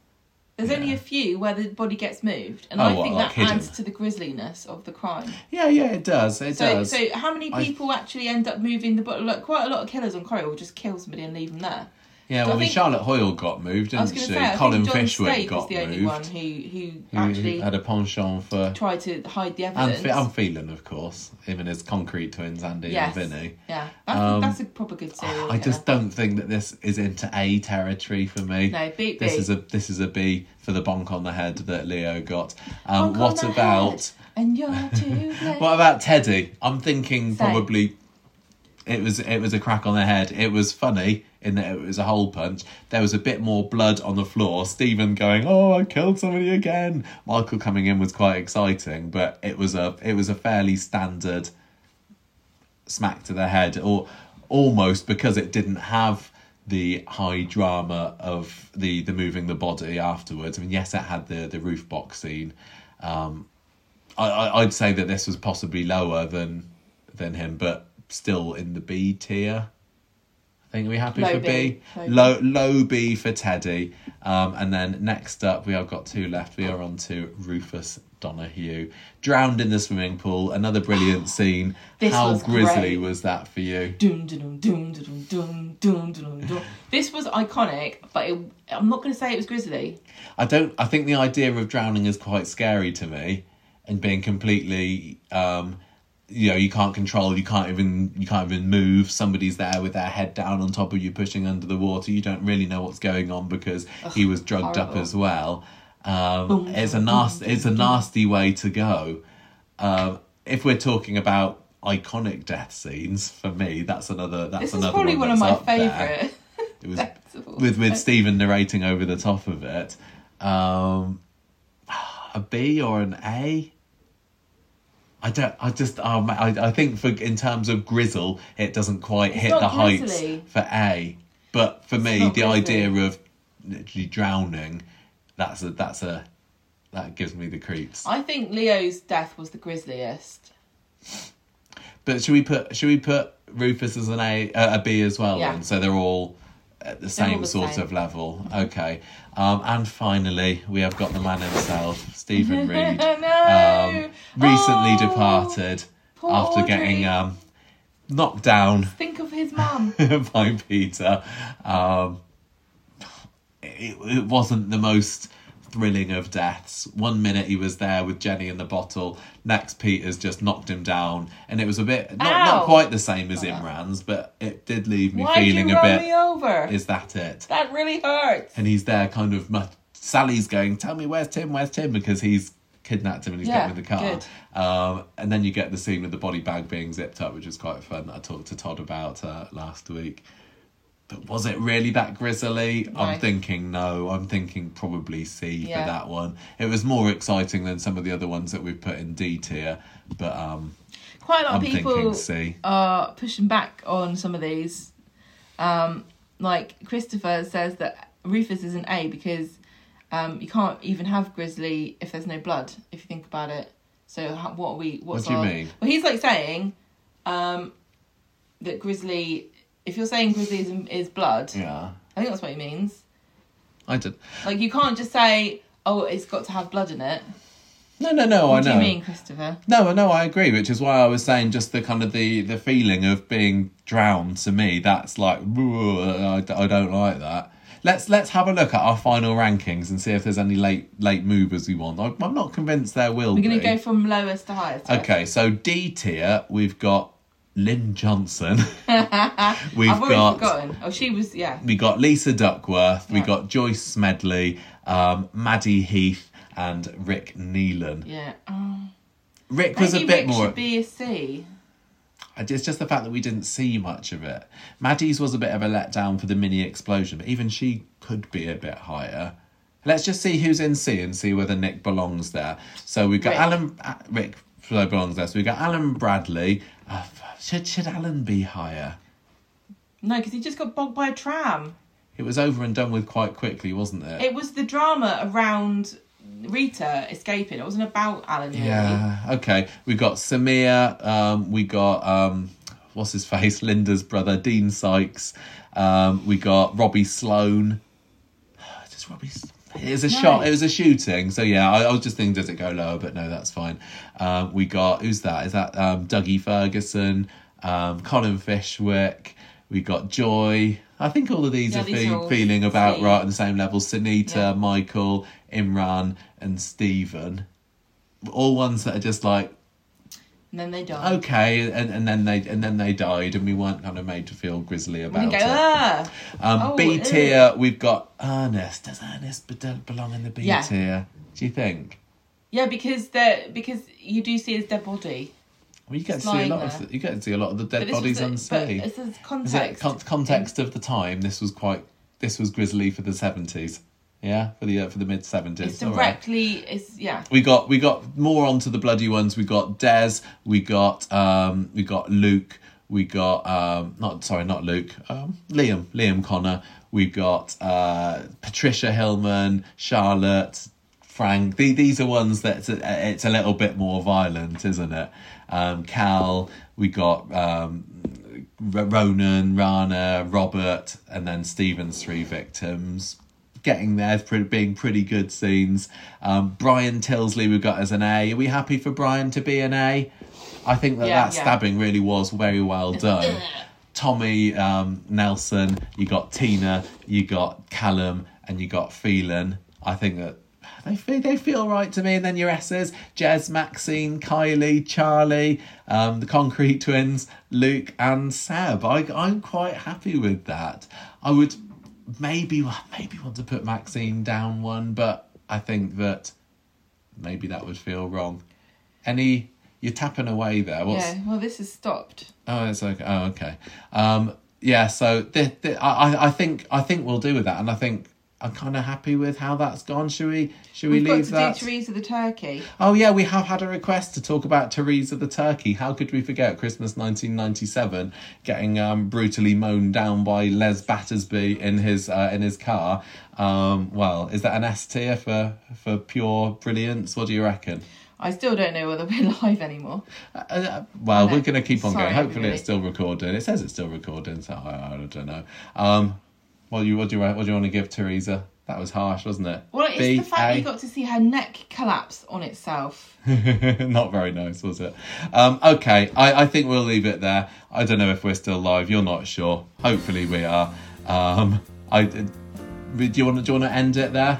there's only a few where the body gets moved, and Oh, I what, think like that hidden? adds to the grisliness of the crime. Yeah, yeah, it does. It So, does. so how many I- people actually end up moving the body? Like quite a lot of killers on Corrie will just kill somebody and leave them there. Yeah, I well, I mean, think- Charlotte Hoyle got moved, I was didn't going she? to say, I Colin think John Fishwick Slade was got the only moved. one who who who actually had a penchant for tried to hide the and, evidence. Phe- and Phelan, of course, him and his concrete twins, Andy Yes. and Vinny. Yeah, I think Um, that's a proper good serial. I just don't think that this is into A territory for me. No, B- This B. is a this is a B for the bonk on the head that Leo got. Um, Bonk on what the about head, And you're too late. what about Teddy? I'm thinking Same. probably it was it was a crack on the head. It was funny in that it was a hole punch. There was a bit more blood on the floor. Stephen going, "Oh, I killed somebody again." Michael coming in was quite exciting, but it was a it was a fairly standard smack to the head, or almost because it didn't have the high drama of the the moving the body afterwards. I mean, yes, it had the the roof box scene. Um, I, I I'd say that this was possibly lower than than him, but still in the B tier. I I think we happy Low for B. B. Low low B for Teddy. Um, and then next up, we have got two left. We are on to Rufus Donahue, drowned in the swimming pool. Another brilliant scene. This How was grisly great. was that for you? Dum, dum, dum, dum, dum, dum, dum, dum. This was iconic, but it, I'm not going to say it was grisly. I don't. I think the idea of drowning is quite scary to me, and being completely, um, you know, you can't control. You can't even. You can't even move. Somebody's there with their head down on top of you, pushing under the water. You don't really know what's going on because he was drugged up horrible. Oh, as well. Um, it's a nasty. It's a nasty way to go. Um, if we're talking about iconic death scenes, for me, that's another. That's This is another probably one, one, of my that's up there. favourite. It was That's awful. with with Stephen narrating over the top of it. Um, a B or an A? I don't. I just. Um, I. I think for in terms of grizzle, it doesn't quite hit not the heights grizzly. for A. But for me, the not grizzly. idea of literally drowning, that's a. That's a. That gives me the creeps. I think Leo's death was the grisliest. But should we put? Should we put Rufus as an A, uh, a B as well? Yeah. Then, so they're all at the same all the sort same. of level. Okay. Um, and finally, we have got the man himself, Stephen Reed, No. um, recently Oh, departed poor after Audrey. getting um, knocked down Think of his mum. by Peter. Um, it, it wasn't the most thrilling of deaths. One minute he was there with Jenny in the bottle, next Peter's just knocked him down, and it was a bit not, not Ow. quite the same as Imran's, but it did leave me Why'd feeling you a run bit. me over? Is that it? that really hurts. And he's there, kind of. mu- Sally's going, "Tell me where's Tim? Where's Tim?" Because he's kidnapped him and he's Yeah, getting with the car. Um, and then you get the scene with the body bag being zipped up, which was quite fun. That I talked to Todd about uh, last week. But was it really that grisly? I'm No. thinking no. I'm thinking probably C Yeah. for that one. It was more exciting than some of the other ones that we've put in D tier. But um, Quite a lot I'm of people thinking C. are pushing back on some of these. Um, like Christopher says that Rufus is an A because um, you can't even have grizzly if there's no blood. If you think about it, so how, what are we? What's What do you our- mean? Well, he's like saying um, that grizzly. If you're saying grizzly is, is blood, Yeah, I think that's what he means. I did. Like you can't just say, "Oh, it's got to have blood in it." No, no, no. I What do know. you mean, Christopher? No, no, I agree, which is why I was saying just the kind of the, the feeling of being drowned to me, that's like, "Whoa, I, d- I don't like that. Let's let's have a look at our final rankings and see if there's any late late movers we want. I, I'm not convinced there will We're going be. to go from lowest to highest. right? okay, so D tier, we've got Lynn Johnson. we've I've already got forgotten. Oh, she was, yeah. we got Lisa Duckworth, we Yeah. got Joyce Smedley, um, Maddie Heath, and Rick Neelan. Yeah. Oh. Rick Maybe was a bit Rick more. should be a C. I- It's just the fact that we didn't see much of it. Maddie's was a bit of a letdown for the mini explosion, but even she could be a bit higher. Let's just see who's in C and see whether Nick belongs there. So we've got Rick. Alan uh, Rick so belongs there. So we've got Alan Bradley. Uh, f- should should Alan be higher? No, because he just got bogged by a tram. It was over and done with quite quickly, wasn't it? It was the drama around Rita escaping. It wasn't about Alan. Really. yeah. Okay. We got Samir. Um, we got um, what's his face? Linda's brother, Dean Sykes. Um, we got Robbie Sloan. Just Robbie. S- It was a No. shot. It was a shooting. So yeah, I, I was just thinking, does it go lower? But no, that's fine. Um, we got who's that? Is that um, Dougie Ferguson, um, Colin Fishwick? We got Joy. I think all of these Yeah, are these fe- are all feeling about C. right on the same level. Sunita, Yeah. Michael, Imran, and Stephen. All ones that are just like And then they died. Oh, okay, and, and then they and then they died, and we weren't kind of made to feel grisly We about can go, it. ah. Um, Oh, B ew. tier, we've got Ernest. Does Ernest be- belong in the B Yeah. tier? Do you think? Yeah, because they because you do see his dead body. Well, you get It's to see a lying lot. Of there. the, you get to see a lot of the But dead this was bodies the- on but sea. It's his Is context. it con- context of the time? This was quite. This was grisly for the seventies. Yeah, for the uh, for the mid seventies. It's directly. It's yeah. we got we got more onto the bloody ones. We got Des. We got um we got Luke. We got um not sorry not Luke um Liam Liam Connor. We got uh Patricia Hillman, Charlotte, Frank. The- These are ones that it's a, it's a little bit more violent, isn't it? Um Cal. We got um R- Ronan, Rana, Robert, and then Stephen's three victims. Getting there, pretty, being pretty good scenes. Um, Brian Tilsley, we got as an A. Are we happy for Brian to be an A? I think that Yeah, that yeah. stabbing really was very well done. Tommy um, Nelson, you got Tina, you got Callum, and you got Phelan. I think that they feel, they feel right to me. And then your S's Jez, Maxine, Kylie, Charlie, um, the Concrete Twins, Luke, and Seb. I, I'm quite happy with that. I would maybe maybe want to put Maxine down one, but I think that maybe that would feel wrong. Any you're tapping away there. What's Yeah, well, this is stopped. Oh, it's okay. Oh, okay. Um, yeah. So the, the, I, I- I think I think we'll do with that, and I think I'm kind of happy with how that's gone. Should we? Should we We've got leave to that? do Teresa the turkey. Oh yeah, we have had a request to talk about Teresa the Turkey. How could we forget Christmas 1997 getting um, brutally mown down by Les Battersby in his uh, in his car? Um, well, is that an S tier for for pure brilliance? What do you reckon? I still don't know whether we're live anymore. Uh, Uh, well, No. we're going to keep on Sorry, going. Hopefully, everybody. it's still recording. It says it's still recording, so I, I don't know. Um, what do you what do you what do you want to give Teresa? That was harsh, wasn't it? Well, it's B, the fact A? we got to see her neck collapse on itself. Not very nice, was it? Um, okay, I, I think we'll leave it there. I don't know if we're still live. You're not sure. Hopefully, we are. Um, I do you want to do you want to end it there?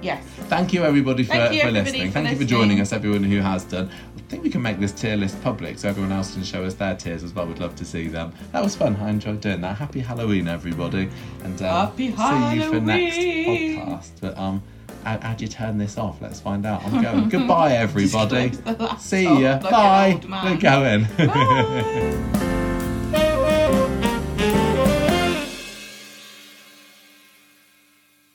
Yes. Thank you, everybody, for, Thank you, for everybody, listening. for Thank you for listening. joining us, everyone who has done. I think we can make this tier list public so everyone else can show us their tiers as well. We'd love to see them. That was fun. I enjoyed doing that. Happy Halloween, everybody. And um, Happy see you for next Halloween. podcast. But um, how, how do you turn this off? Let's find out. I'm going. Goodbye, everybody. Just close the laptop See ya. like an Bye. old man. We're going. Bye.